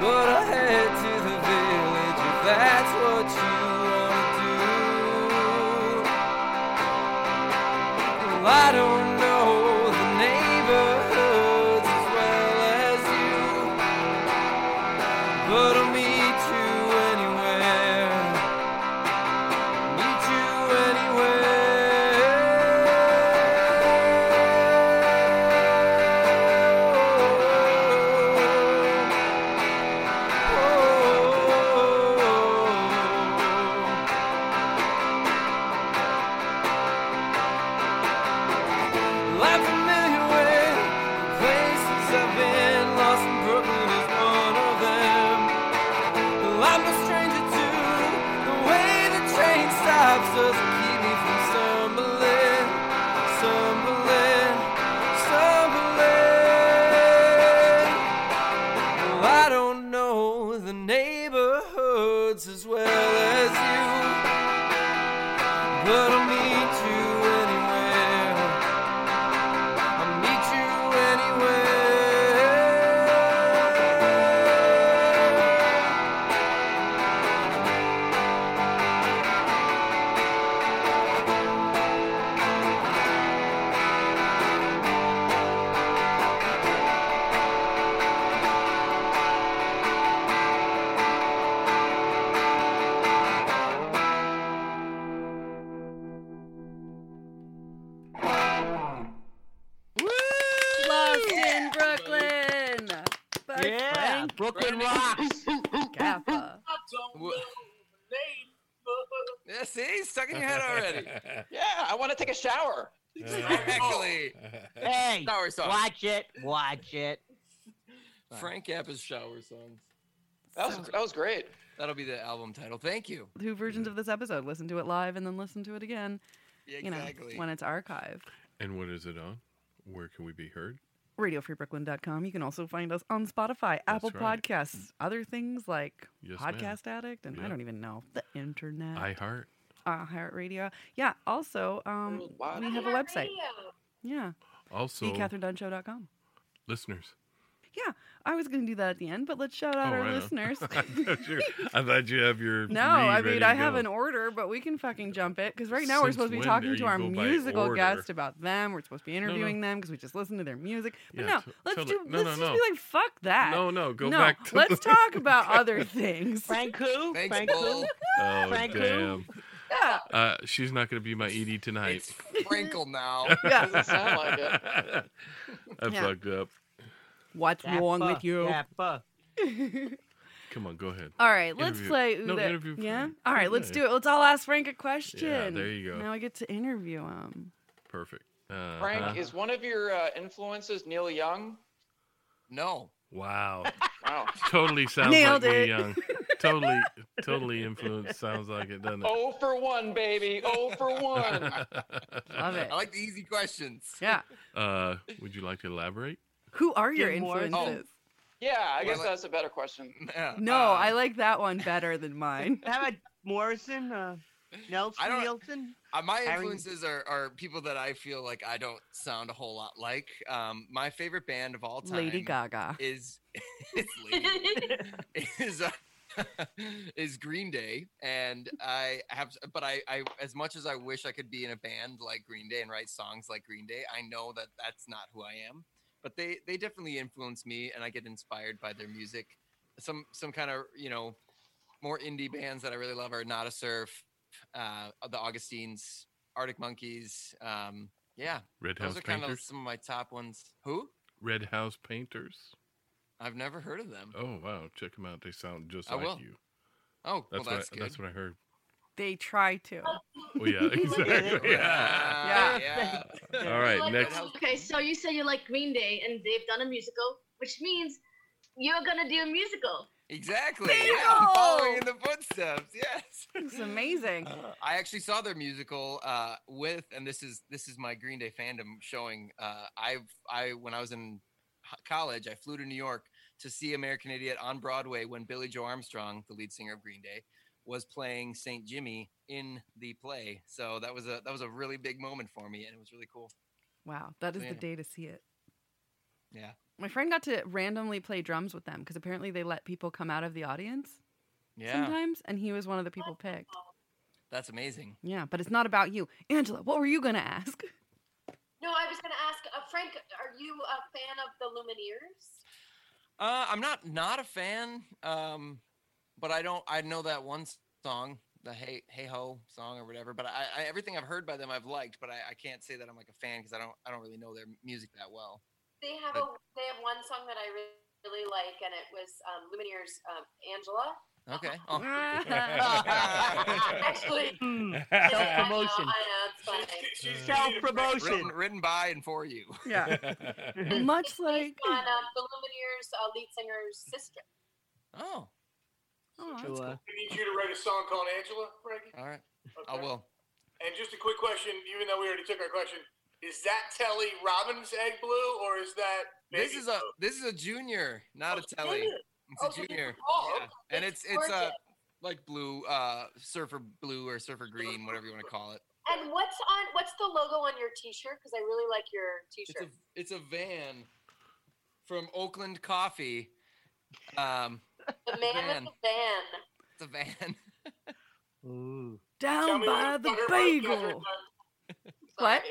But I head to the village if that's what you wanna do. Well, I don't know the neighborhoods as well as you, but I'll meet you anywhere. Meet you anywhere. Life a million ways. The places I've been lost in Brooklyn is one of them. Well, I'm no stranger to the way the train stops doesn't keep me from stumbling, stumbling, stumbling. Well, I don't know the neighborhoods as well as you, but I'll meet you anywhere. I'll meet you anywhere.
Lost in Brooklyn. By
Yeah,
Frank
Brooklyn
rocks.
Kappa.
I don't know the neighborhood.
Yeah, see, he's stuck in your head already.
[LAUGHS] Yeah, I want to take a shower. [LAUGHS]
Exactly.
Hey,
Shower song.
watch it, watch it.
[LAUGHS] Frank Zappa's shower songs.
That was that was great.
That'll be the album title. Thank you.
Two versions of this episode. Listen to it live and then listen to it again.
Yeah,
You
exactly.
know, when it's archived.
And what is it on? Where can we be heard?
RadioFreeBrooklyn.com. You can also find us on Spotify, Apple
right.
Podcasts, other things like
Yes, ma'am.
Podcast Addict, and I
Yeah.
don't even know the internet.
iHeart.
uh, Radio. Yeah. Also, um, we have a website. Yeah.
Also,
TheCatherineDunnShow.com.
listeners.
Yeah, I was going to do that at the end, but let's shout out
Oh,
our
right on.
listeners.
[LAUGHS] I, thought you- I thought you have your.
[LAUGHS] No,
read
I
ready
mean
to
I have
go.
an order, but we can fucking jump it because right now we're
Since
supposed to be
when
talking
there
to
you
our
go by
musical
order?
guest about them. We're supposed to
no.
be interviewing them because we just listened to their music. But
Yeah,
no,
to-
let's
totally-
do.
no,
let's
no,
just
no.
be like, fuck that.
No, no, go back to
let's
the- [LAUGHS]
talk about other things.
Frank who?
Thanks,
Frank who?
Bull.
Oh
Frank who?
damn!
Yeah.
Uh, she's not going to be my Edie tonight.
Sprinkle now.
[LAUGHS] Yeah.
Doesn't sound like it.
[LAUGHS] I
Yeah.
fucked up.
What's wrong
Zappa,
with you?
Zappa.
Come on, go ahead.
All right, let's
Interview-
play.
No
the-
interview.
yeah. All right, let's
Yeah.
do it. Let's all ask Frank a question.
you go.
Now I get to interview him.
Perfect. Uh,
Frank,
Uh-huh.
is one of your uh, influences Neil Young?
No.
wow. [LAUGHS]
Wow.
Totally sounds
Nailed
like
it.
me
[LAUGHS]
young.
[LAUGHS]
Totally, totally influenced. Sounds like it, doesn't it?
oh for one, baby. Oh
[LAUGHS]
for one.
Oh.
Love it.
I like the easy questions.
Yeah.
[LAUGHS] uh, would you like to elaborate?
Who are your
Give more. Oh.
influences?
Yeah, I guess
Well,
that's a better question.
Yeah,
No,
uh,
I like that one better than
[LAUGHS]
mine.
How about Morrison? Uh, Nelson
I don't-
Nielsen?
Uh, my
Harry-
influences are, are people that I feel like I don't sound a whole lot like. Um, my [LAUGHS] favorite band of all time
Lady Gaga. [LAUGHS]
[LAUGHS] is is Lady, is uh, is Green Day, and I have, but I, I, as much as I wish I could be in a band like Green Day and write songs like Green Day, I know that that's not who I am. But they, they definitely influence me, and I get inspired by their music. Some, some kind of, you know, more indie bands that I really love are Not a Surf, uh, the Augustines, Arctic Monkeys. Um, yeah,
Red
those
House
are kind of
Painters?
some of my top ones. Who?
Red House Painters.
I've never heard of them.
Oh wow, check them out. They sound just
I
like
will.
you.
Oh,
that's
well,
what
that's
I,
good.
that's what I heard.
They try to.
[LAUGHS]
Well, yeah, exactly.
Yeah.
yeah.
Yeah.
All right,
Like,
next.
Okay, so you said you like Green Day and they've done a musical, which means you're gonna do a musical.
Exactly. Yeah, I'm following in the footsteps. Yes.
[LAUGHS]
Uh,
It's amazing.
I actually saw their musical uh, with, and this is this is my Green Day fandom showing. Uh, I I when I was in h- college, I flew to New York to see American Idiot on Broadway when Billy Joe Armstrong, the lead singer of Green Day, was playing Saint Jimmy in the play. So that was a that was a really big moment for me, and it was really cool.
Wow, that is
Yeah.
the day to see it.
Yeah.
My friend got to randomly play drums with them because apparently they let people come out of the audience
Yeah.
sometimes, and he was one of the people picked.
That's amazing.
Yeah, but it's not about you, Angela. What were you gonna ask? [LAUGHS]
No, I was going to ask uh, Frank. Are you a fan of the Lumineers?
Uh, I'm not not a fan, um, but I don't. I know that one song, the Hey Hey Ho song or whatever. But I, I everything I've heard by them, I've liked. But I, I can't say that I'm like a fan because I don't I don't really know their music that well.
They have a they have one song that I really, really like, and it was um, Lumineers' um, Angela.
[LAUGHS]
Okay.
[LAUGHS]
Oh.
[LAUGHS]
Actually,
Hmm.
Self-promotion.
Hmm. I know, it's funny.
Self-promotion.
Written, written by and for you. [LAUGHS]
Yeah.
It's
Much like.
based on um, the Lumineers' uh, lead singer's sister.
Oh.
Oh,
that's cool.
I need you to write a song called Angela, Frankie.
All right.
Okay.
I will.
And just a quick question, even though we already took our question, is that Telly Robbins egg blue or is that
This is a this is a junior, not a telly.
junior.
It's a
Oh, so it's a-
junior.
oh,
Yeah.
okay.
And it's
It's
it's uh
gorgeous.
like blue, uh surfer blue or surfer green, whatever you want to call it.
And what's on? What's the logo on your T-shirt? Because I really like your
It's a
T-shirt.
it's a van from Oakland Coffee. Um,
The man
van.
with the
it's a
van.
van. [LAUGHS]
Ooh.
Tell
Down
me
by
when to
the
cut her mic, Catherine.
bagel. What?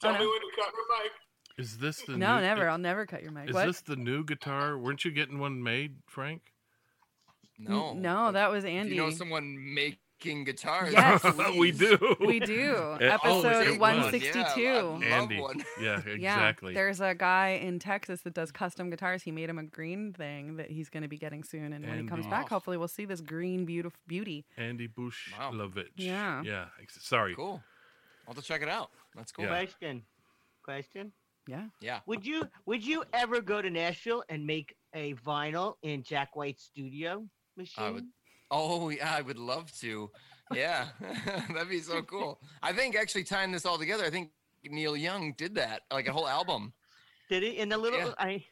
Tell
Oh,
me
no.
when to cut her mic.
Is this the
No,
new,
never. I'll never cut your mic.
Is
what?
this the new guitar? Weren't you getting one made, Frank?
No.
no, Oh, that was
Do
Andy.
you know someone making guitars? [LAUGHS]
[LAUGHS] Yes.
we do.
We do.
Eh, oh,
Episode
it was.
162.
Yeah, I love
Andy.
one. [LAUGHS]
Yeah,
Yeah,
exactly.
there's a guy in Texas that does custom guitars. He made him a green thing that he's going to be getting soon, and when he comes
Andy.
back, hopefully, we'll see this green beautiful beauty.
Andy Bushlovich.
Yeah.
Yeah. ex- Sorry.
Cool. I'll have to check it out. That's cool. Yeah.
Question. Question.
Yeah.
Would you would you ever go to Nashville and make a vinyl in Jack White's studio machine?
I would. Oh yeah, I would love to. Yeah, [LAUGHS] that'd be so cool. I think actually tying this all together, I think Neil Young did that, like a whole album.
Did it in the little
Yeah.
I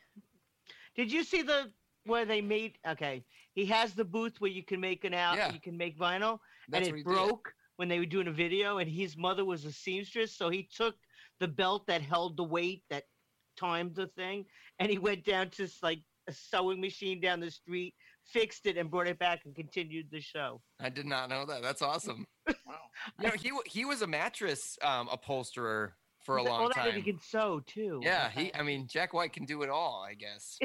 Did you see the where they made okay. He has the booth where you can make an out
Yeah.
you can make vinyl
That's what
and
he did.
it broke when they were doing a video and his mother was a seamstress so he took the belt that held the weight that timed the thing and he went down to s- like a sewing machine down the street, fixed it and brought it back and continued the show.
I did not know that. That's awesome. You know, he wa- he was a mattress um, upholsterer for a
Th-
long
well, "Oh, that
time.
he can sew too.
Yeah, he. I mean, Jack White can do it all, I
[LAUGHS]
guess.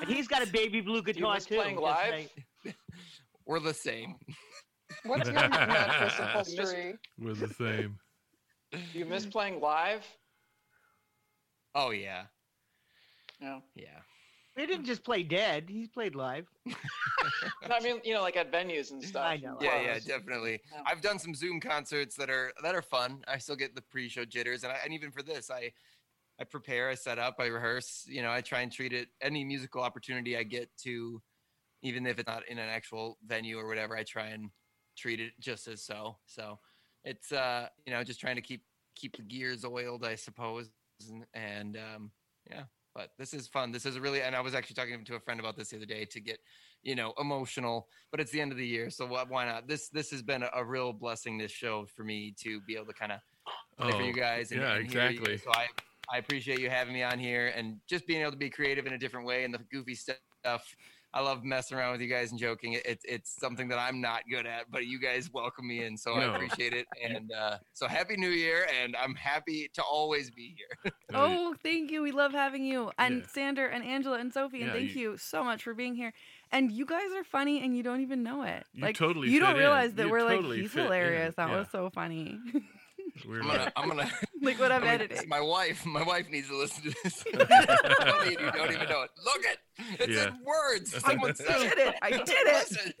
And he's got a baby blue guitar
was
too.
playing
that's
live?
right.
[LAUGHS] We're the same.
[LAUGHS]
What's your mattress upholstery?
We're the same.
Do you miss playing live?
Oh [LAUGHS] yeah,
No.
yeah.
They didn't just play dead. He's played live.
I mean, you know, like at venues and stuff.
I know.
Yeah,
Wow.
yeah, definitely.
Yeah.
I've done some Zoom concerts that are that are fun. I still get the pre-show jitters, and I, and even for this, I I prepare, I set up, I rehearse. You know, I try and treat it any musical opportunity I get to, even if it's not in an actual venue or whatever. I try and treat it just as so. So it's uh, you know, just trying to keep keep the gears oiled, I suppose, and, and um, yeah. But this is fun. This is really, and I was actually talking to a friend about this the other day to get you know emotional but it's the end of the year so wh- why not this this has been a, a real blessing this show for me to be able to kind of play for
Oh,
you guys and,
yeah,
and hear you.
exactly.
so i i appreciate you having me on here and just being able to be creative in a different way and the goofy stuff I love messing around with you guys and joking. It, it- it's something that I'm not good at, but you guys welcome me in, so
No.
I appreciate it. And uh, so happy New Year, and I'm happy to always be here.
Oh, thank you. We love having you. And
Yeah.
Sander and Angela and Sophie, and
Yeah,
thank
you-
you so much for being here. And you guys are funny and you don't even know it.
You
like
totally
you don't
fit in.
realize that
You
we're
totally
like he's
fit in,
hilarious. That
yeah.
was so funny. [LAUGHS]
We're
I'm gonna,
like-
I'm
[LAUGHS]
gonna
like what I'm
gonna-
editing.
My wife, my wife needs to listen to
[LAUGHS]
this. [LAUGHS] Funny, you don't even know it. Look it, [LAUGHS] it's
Yeah.
in words. Someone said
I
[LAUGHS]
did it.
[LAUGHS]
I did it.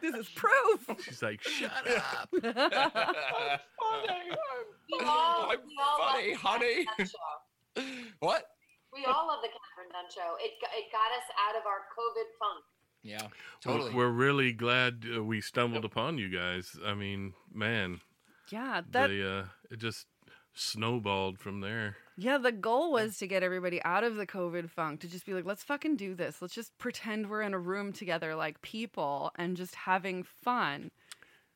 this is proof.
She's like, shut
[LAUGHS]
up.
We all,
I'm
we all love
Oh funny,
the
honey. [LAUGHS]
Catherine Dunn show.
What?
We all love the Catherine Dunn show. It, got- it got us out of our COVID funk.
Yeah,
We're-
totally.
We're really glad uh, we stumbled upon you guys. I mean, man,
Yeah, that
they uh, it just snowballed from there.
yeah, the goal was to get everybody out of the COVID funk to just be like, let's fucking do this. Let's just pretend we're in a room together like people and just having fun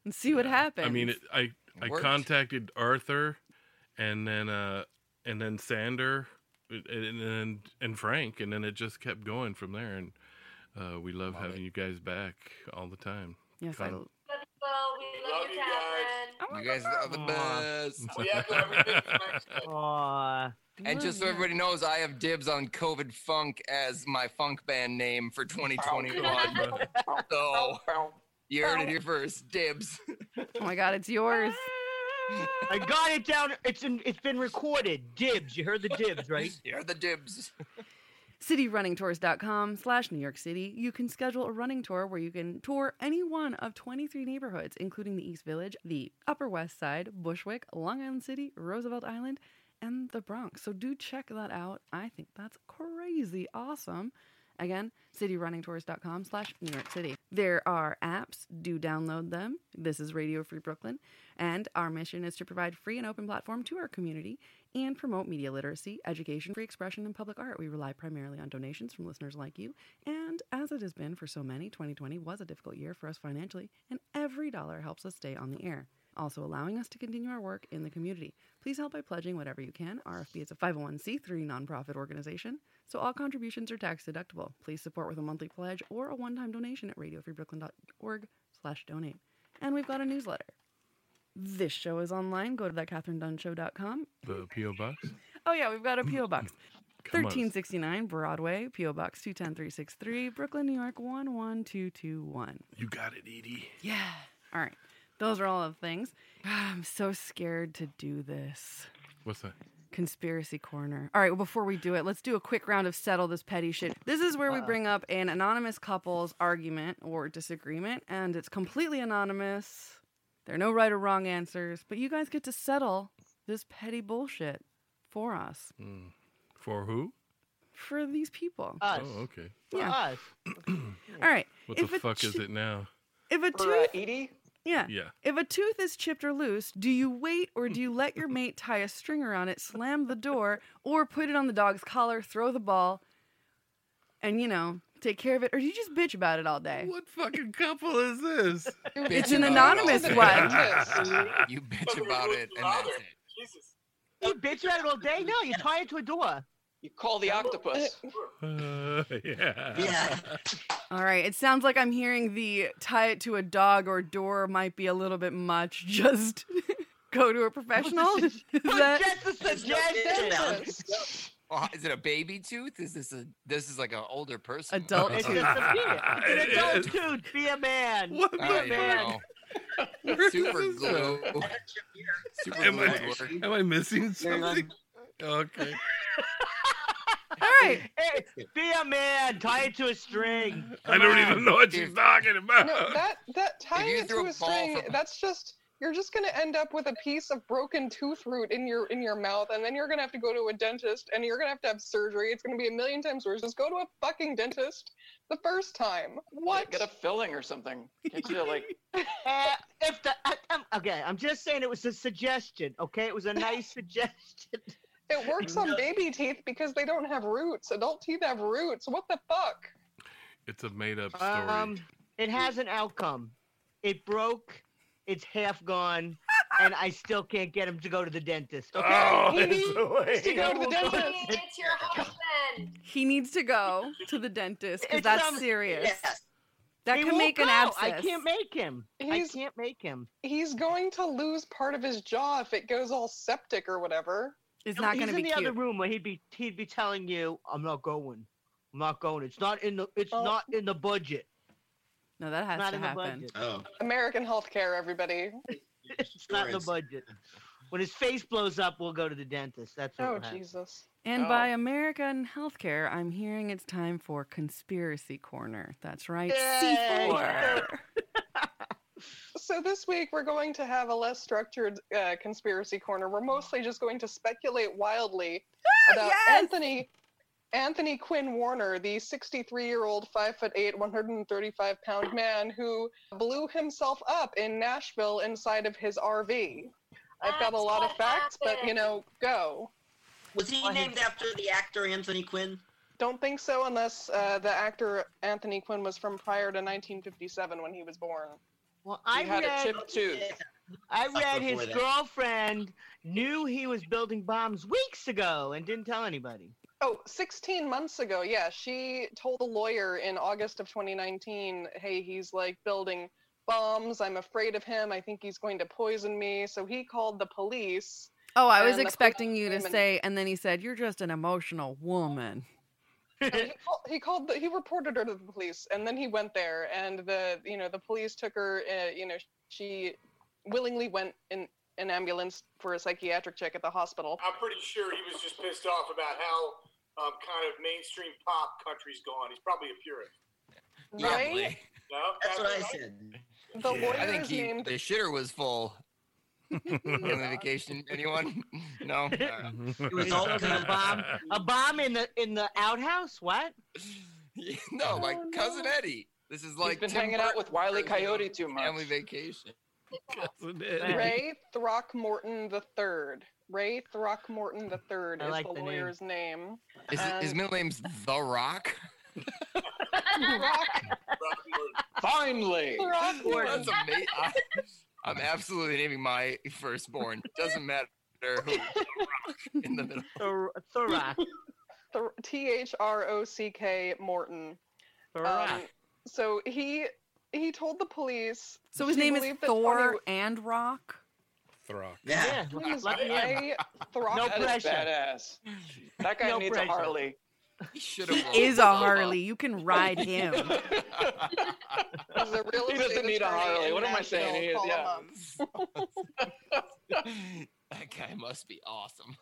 and see what happens.
I mean, it, I I
worked.
contacted Arthur, and then uh, and then Sander, and and, and and Frank, and then it just kept going from there. And uh, we love, having you guys back all the time.
Yes, I l-
Love you, Will. We love, you, Catherine.
You guys are the best.
Oh,
Oh,
[LAUGHS]
Aw.
And just so everybody knows, I have dibs on COVID Funk as my funk band name for 2021. so you heard it here first. Dibs.
[LAUGHS] oh my god, it's yours.
I got it down. It's in, it's been recorded. Dibs. You heard the dibs, right?
[LAUGHS] you heard the dibs.
cityrunningtours.com slash new york city you can schedule a running tour where you can tour any one of 23 neighborhoods including the east village the upper west side bushwick long island city roosevelt island and the bronx so do check that out i think that's crazy awesome again cityrunningtours.com slash new york city there are apps do download them this is radio free brooklyn and our mission is to provide free and open platform to our community and promote media literacy, education, free expression, and public art. We rely primarily on donations from listeners like you. And as it has been for so many, 2020 was a difficult year for us financially, and every dollar helps us stay on the air, also allowing us to continue our work in the community. Please help by pledging whatever you can. RFB is a 501c3 nonprofit organization, so all contributions are tax deductible. Please support with a monthly pledge or a one-time donation at radiofreebrooklyn.org slash donate. And we've got a newsletter. This show is online. Go to thatcatherinedunshow.com
The PO box.
Oh yeah, we've got a PO box.
[CLEARS THROAT] Come on.
1369 Broadway, PO Box 210363, Brooklyn, New York 11221.
You got it, Edie.
Yeah. All right. Those are all of the things. [SIGHS] I'm so scared to do this.
What's that?
Conspiracy Corner. All right, well, before we do it, let's do a quick round of settle this petty shit. This is where we
Uh-oh.
bring up an anonymous couple's argument or disagreement, and it's completely anonymous. There are no right or wrong answers, but you guys get to settle this petty bullshit for us,
Mm. For who?
for these people.
Oh, okay.
Yeah.
Us.
All right.
What
if
the
a
fuck is
chi-
it now?
If a
For, uh,
tooth,
Edie?
yeah,
Yeah.
If a tooth is chipped or loose, do you wait or do you let your mate tie a string around it, slam the door, or put it on the dog's collar, throw the ball, and you know take care of it, or do you just bitch about it all day?
What fucking couple is this?
It's an anonymous
[LAUGHS]
one. [LAUGHS]
you [LAUGHS] bitch about it, and that's it.
Jesus.
You bitch at it all day. No, you tie it to a door.
You call the octopus.
Uh, [LAUGHS] yeah.
Yeah.
All right. It sounds like I'm hearing the tie it to a dog or door might be a little bit much. [LAUGHS] Just go to a professional. Is that-
Oh, is it a baby tooth? Is this a this is like an older person? [LAUGHS]
[LAUGHS]
Adult It's tooth. just a
An adult dude. Be a man. Be
I
a man.
[LAUGHS]
don't know. Super glue. Super
Am
glue
I-
would work.
Am I missing
Very well.
something? Okay.
All right.
Hey, be a man. Tie it to a string.
I don't even know what she's talking about.
No, that that tying
you
it
threw
to
a
a
ball
string.
from-
That's just you're just going to end up with a piece of broken tooth root in your in your mouth, and then you're going to have to go to a dentist, and you're going to have to have surgery. It's going to be a million times worse. Just go to a fucking dentist the first time. What?
Get a filling or something. Can't you like
Uh, if the I, I'm, okay, I'm just saying it was a suggestion. Okay, it was a
[LAUGHS]
nice suggestion.
It works on
No.
baby teeth because they don't have roots. Adult teeth have roots. What the fuck?
It's a made up story.
Um, it has an outcome. It broke. It's half
[LAUGHS]
gone, and I still can't get him to go to the dentist. Okay,
Oh,
He
that's
needs
the way-
to go to the
Hey,
dentist.
it's your husband.
He needs to go to the dentist because
It's
that's
some-
serious.
yes.
That
He
can
won't
make an
go.
abscess.
I can't make him.
He's-
I can't make him.
He's going to lose part of his jaw if it goes all septic or whatever.
It's
He's in the other room where he'd be he'd be telling you, "I'm not going. I'm not going. It's not in the it's
Oh.
not in the budget.
No, that has
Not
to
in the
happen.
budget.
Oh, American healthcare, everybody.
It's not in the budget." When his face blows up, we'll go to the dentist. That's what
Oh,
will happen.
Jesus.
And
Oh.
by America and healthcare, I'm hearing it's time for conspiracy corner. That's right,
Yay!
C4.
So this week we're going to have a less structured uh, conspiracy corner. We're mostly just going to speculate wildly about Anthony Anthony Quinn Warner, the 63-year-old 5 foot 8, 135-pound man who blew himself up in Nashville inside of his RV. I've got a lot of facts, but you know, go.
Was he named after the actor Anthony Quinn?
Don't think so unless uh, the actor Anthony Quinn was from prior to 1957 when he was born.
Well,
he
I
had
read-
a chip tooth.
I
Fuck
read
before
his
that.
girlfriend knew he was building bombs weeks ago and didn't tell anybody.
Oh, 16 months ago, yeah. She told a lawyer in August of 2019, hey, he's like building bombs. I'm afraid of him. I think he's going to poison me. So he called the police.
Oh, I
and
was
the police
expecting you to
came and-
say, and then he said, You're just an emotional woman.
[LAUGHS]
and he, called, he called the, he reported her to the police and then he went there and the you know the police took her uh, you know she willingly went in an ambulance for a psychiatric check at the hospital
I'm pretty sure he was just pissed off about how um, kind of mainstream pop country's gone. He's probably a purist.
[LAUGHS] Probably.
No,
That's what I
right.
said.
The
I think
lawyer's
he,
named
the shitter was full. Identification? Anyone? [LAUGHS] No. All right.
It was all
a bomb, [LAUGHS] a bomb in the in the outhouse. What?
[LAUGHS] no, like
Oh,
cousin Eddie. This is like
been
Tim
hanging out
Burton
with Wile E.
version of
Coyote too much.
Family vacation. [LAUGHS]
Cousin
Ray Throckmorton the third. Ray Throckmorton the third
I
is
like
the,
the name.
lawyer's name.
Is, it- his
And
middle name's The Rock.
[LAUGHS] Finally.
[LAUGHS]
[LAUGHS]
Throckmorton.
That's amazing. I'm absolutely naming my firstborn. Doesn't matter who.
[LAUGHS]
The Rock in the middle.
Thor-
[LAUGHS]
Thorac.
Thor- T H R O C K Morton.
Thorac.
Um, so he he told the police.
So his
he
name is
believed that Tony
Thor
w-
and Rock.
Throck.
Yeah.
Please,
lucky him.
Ray Throck-
No
That is
pressure.
badass. That guy
No
needs
pressure.
a Harley.
He is a Harley. You can
[LAUGHS]
ride him.
He's a real
[LAUGHS] He doesn't
estate
need a
attorney
Harley.
in
What am I saying?
Nashville.
He is-
Call him
yeah.
up.
[LAUGHS] That guy must be awesome.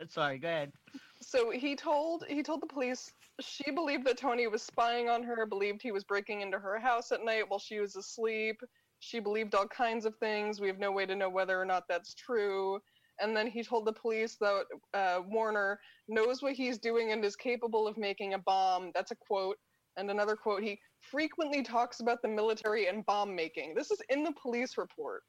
[LAUGHS] Sorry, go ahead.
So he told he told the police she believed that Tony was spying on her, believed he was breaking into her house at night while she was asleep. She believed all kinds of things. We have no way to know whether or not that's true. And then he told the police that uh, Warner knows what he's doing and is capable of making a bomb. That's a quote. And another quote, he frequently talks about the military and bomb making. This is in the police report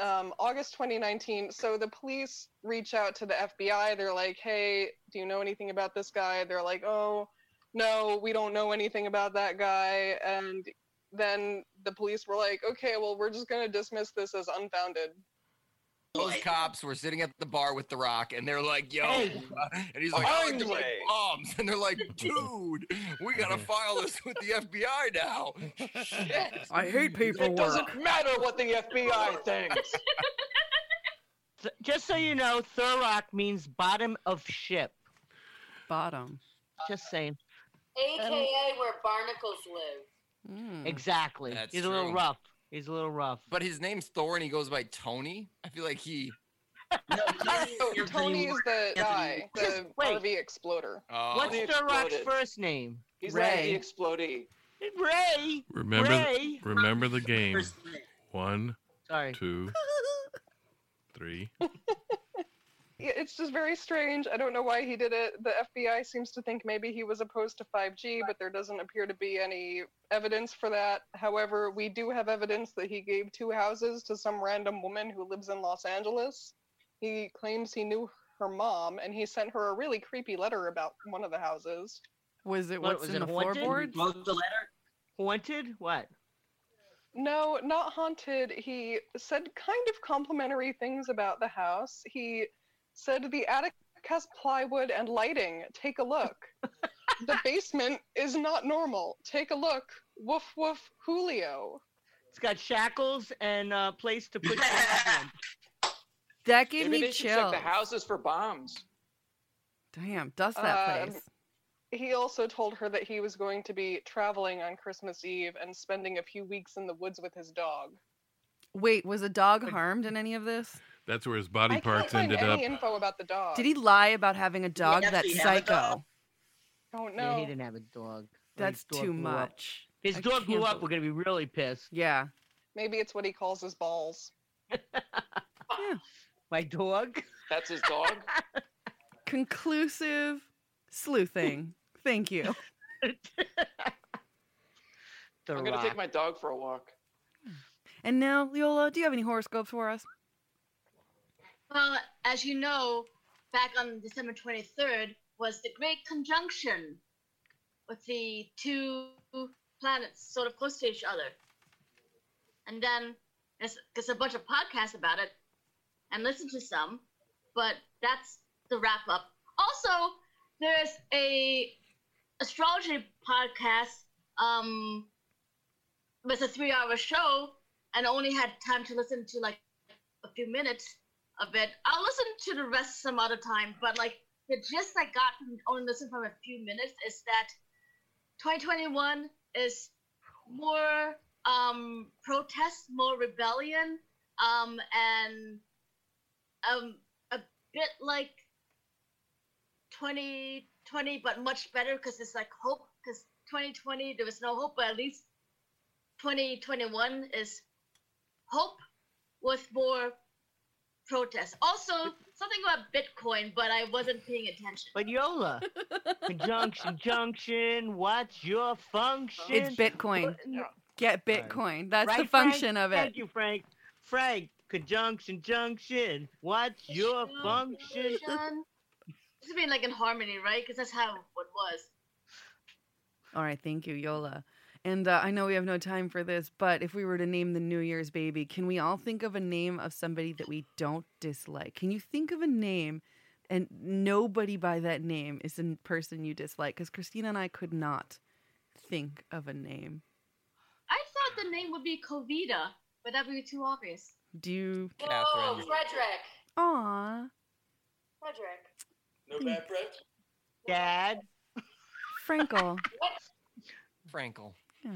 um, August 2019. So the police reach out to the FBI. They're like, hey, do you know anything about this guy? They're like, oh, no, we don't know anything about that guy. And then the police were like, okay, well, we're just going to dismiss this as unfounded.
Those cops were sitting at the bar with The Rock, and they're like, "Yo,"
Hey.
and
Oh,
he's like, "I like to make
Finally.
bombs," [LAUGHS] and they're like, "Dude, we gotta file this with the FBI now." Shit.
I hate
It
paperwork.
doesn't matter what the
[LAUGHS]
FBI thinks.
Th- just so you know, Thorac means bottom of ship.
Bottom.
Just saying.
AKA where barnacles live.
Hmm.
Exactly.
That's
He's a little
true.
rough. He's a little rough.
But his name's Thor, and he goes by Tony. I feel like he.
So Tony is the guy, the
wait.
RV exploder.
Oh,
What's
He
Thorac's
exploded.
first name?
He's
Ray.
like the explodee.
Ray.
Remember,
Ray.
remember the game. One,
Sorry.
[LAUGHS]
two, three.
[LAUGHS] Yeah, It's just very strange. I don't know why he did it. The FBI seems to think maybe he was opposed to 5G, but there doesn't appear to be any evidence for that. However, we do have evidence that he gave two houses to some random woman who lives in Los Angeles. He claims he knew her mom, and he sent her a really creepy letter about one of the houses.
Was it
What,
what's
was
in
it
the
haunted?
floorboards?
Wrote the letter?
Haunted? What?
No, not haunted. He said kind of complimentary things about the house. He said the attic Cast plywood and lighting. Take a look.
[LAUGHS]
the basement is not normal. Take a look. Woof woof, Julio.
It's got shackles and a place
[LAUGHS]
to put. your
That
Maybe
gave me
they should check
chills.
the houses for bombs.
Damn, dust that
Um,
place.
He also told her that he was going to be traveling on Christmas Eve and spending a few weeks in the woods with his dog.
Wait, was a dog harmed in any of this?
That's where his body parts
Find
ended
any
up.
Uh.
info about the dog?
Did he lie about having a dog? That's
actually have a
psycho.
dog. Don't
Yeah,
know.
he didn't have a dog. Well, his
That's
dog
too
grew up.
much.
His
I
dog grew
can't
up. We're gonna be really pissed.
Yeah.
Maybe it's what he calls his balls.
My [LAUGHS] dog.
That's his dog.
Conclusive sleuthing. Thank you.
The
I'm gonna
rock.
take my dog for a walk.
And now, Leola, do you have any horoscopes for us?
Well, as you know, back on December 23rd was the great conjunction with the two planets sort of close to each other. And then there's, there's a bunch of podcasts about it and listen to some, but that's the wrap up. Also, there's a astrology podcast um with a three hour show and only had time to listen to like a few minutes of it. I'll listen to the rest some other time, but like the gist I got from only listening from a few minutes is that 2021 is more um, protest, more rebellion, um, and um, a bit like 2020, but much better because it's like hope. Because 2020 there was no hope, but at least 2021 is hope with more protest. Also, something about Bitcoin, but I wasn't paying attention.
But Yola, [LAUGHS] conjunction, junction. What's your function?
It's Bitcoin. Get Bitcoin. That's the
Right,
function
Frank?
of it.
Thank you, Frank. Frank, conjunction, junction. What's your function?
This would be like in harmony, right? Because that's how it was.
All right, thank you, Yola. And uh, I know we have no time for this, but if we were to name the New Year's baby, can we all think of a name of somebody that we don't dislike? Can you think of a name and nobody by that name is a person you dislike? Because Christina and I could not think of a name.
I thought the name would be Covita, but that would be too obvious.
Do you?
Whoa,
Oh,
Frederick.
Aw.
Frederick.
No bad breath.
Dad.
Frankel.
Frankel.
Yeah.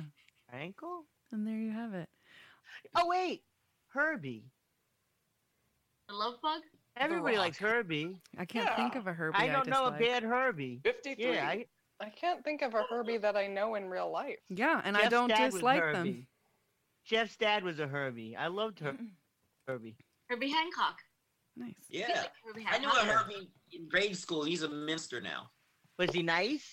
Frankel?
And there you have it.
Oh, wait. Herbie.
The love bug?
Everybody likes Herbie.
I can't think of a Herbie.
I don't know a
dislike.
bad Herbie.
53.
Yeah, I,
I can't think of a Herbie that I know in real life.
Yeah, and I
Jeff's
don't
dad was
dislike them.
Herbie. Jeff's dad was a Herbie. I loved her. Herbie.
Herbie Hancock.
Nice.
Yeah.
Herbie
I knew a
Hancock.
Herbie in grade school. He's a minister now.
Was he nice?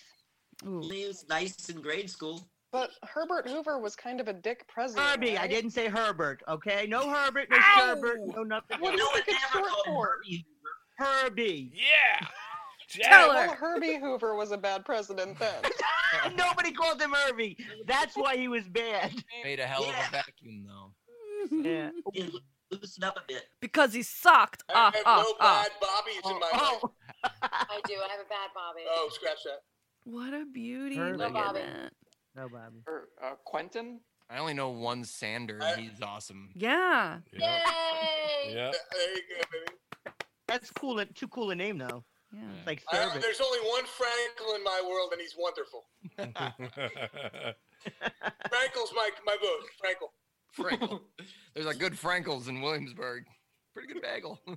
He was nice in grade school.
But Herbert Hoover was kind of a dick president.
Herbie. I
right?
didn't say Herbert. Okay, no Herbert, no Herbert, no nothing.
What do you think it's short for?
Herbie.
[LAUGHS]
Yeah.
Well, Herbie Hoover was a bad president then.
[LAUGHS] Nobody called him Herbie. That's why he was bad.
[LAUGHS]
Made a hell of a vacuum though.
Yeah.
Loosen up a bit.
Because he sucked.
I
Ah,
have
ah,
no
ah.
bad bobbies in
Oh,
Oh,
my life.
[LAUGHS] I do. I have a bad Bobby.
Oh, scratch that.
What a beauty.
Herbie.
Look at
Bobby.
that.
No, Bobby.
Or uh, Quentin.
I only know one Sander. and He's awesome.
Yeah.
Yay!
Yeah.
There you go, baby.
That's cool. and- Too cool a name though.
Yeah.
It's like
I,
Herbert.
there's only one Frankel in my world, and he's wonderful. Frankel's my my book. Frankel.
Frankel. [LAUGHS] There's a good Frankels in Williamsburg. Pretty good bagel. [LAUGHS]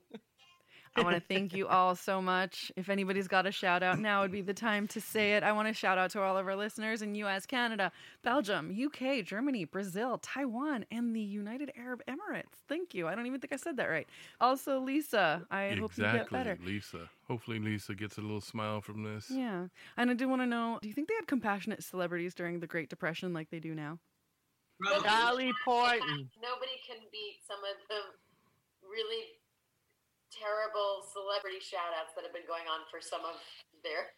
I want to thank you all so much. If anybody's got a shout out, now would be the time to say it. I want to shout out to all of our listeners in US, Canada, Belgium, UK, Germany, Brazil, Taiwan, and the United Arab Emirates. Thank you. I don't even think I said that right. Also, Lisa, I hope you get
exactly,
better.
Lisa. Hopefully, Lisa gets a little smile from this.
Yeah. And I do want to know do you think they had compassionate celebrities during the Great Depression like they do now?
Dolly Parton.
Nobody can beat some of the really terrible celebrity shout outs that have been going on for some of their.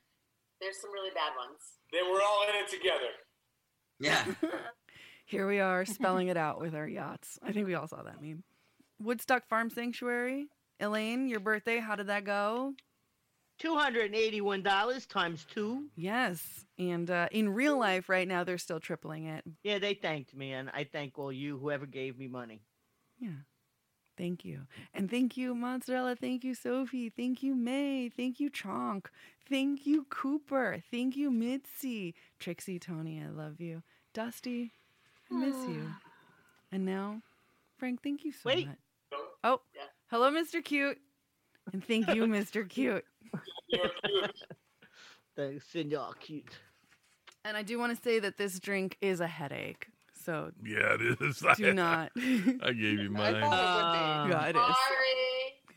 There's some really bad ones.
They were all in it together.
Yeah.
Here we are spelling it out with our yachts. I think we all saw that meme. Woodstock Farm Sanctuary. Elaine, your birthday, how did that go?
$281 times two.
Yes. And uh, in real life, right now, they're still tripling it.
[LAUGHS] Yeah, they thanked me, and I thank all you, whoever gave me money.
Yeah. Thank you. And thank you, Mozzarella. Thank you, Sophie. Thank you, May. Thank you, Chonk. Thank you, Cooper. Thank you, Mitzi. Trixie, Tony, I love you. Dusty, I miss you. And now, Frank, thank you so much. Oh, hello, Mr. Cute. And thank you, Mr. Cute.
Thanks, and y'all cute.
And I do want to say that this drink is a headache. So
Yeah, it is.
do not.
[LAUGHS]
Um,
I gave you mine.
Um,
Yeah, it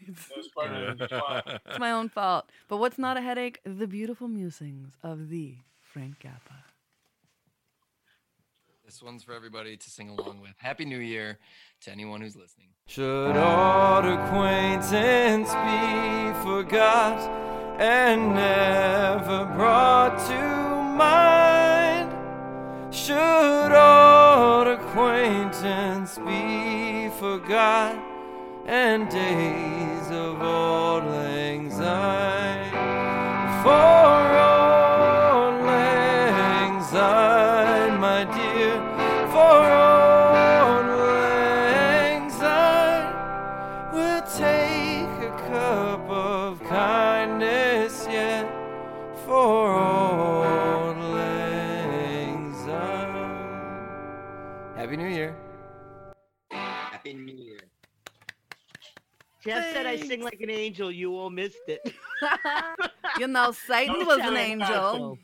is. It's my own fault. But what's not a headache? The beautiful musings of the Frank Zappa.
This one's for everybody to sing along with. Happy New Year to anyone who's listening.
Should old acquaintance be forgot and never brought to mind? Should old acquaintance be forgot and days of old lang syne? For old lang syne, my dear, for old lang syne. We'll take a cup of kindness yet for old lang syne.
Happy New Year.
Happy New Year.
Jeff said I [LAUGHS] sing like an angel. You all missed it.
you know, Satan was an angel.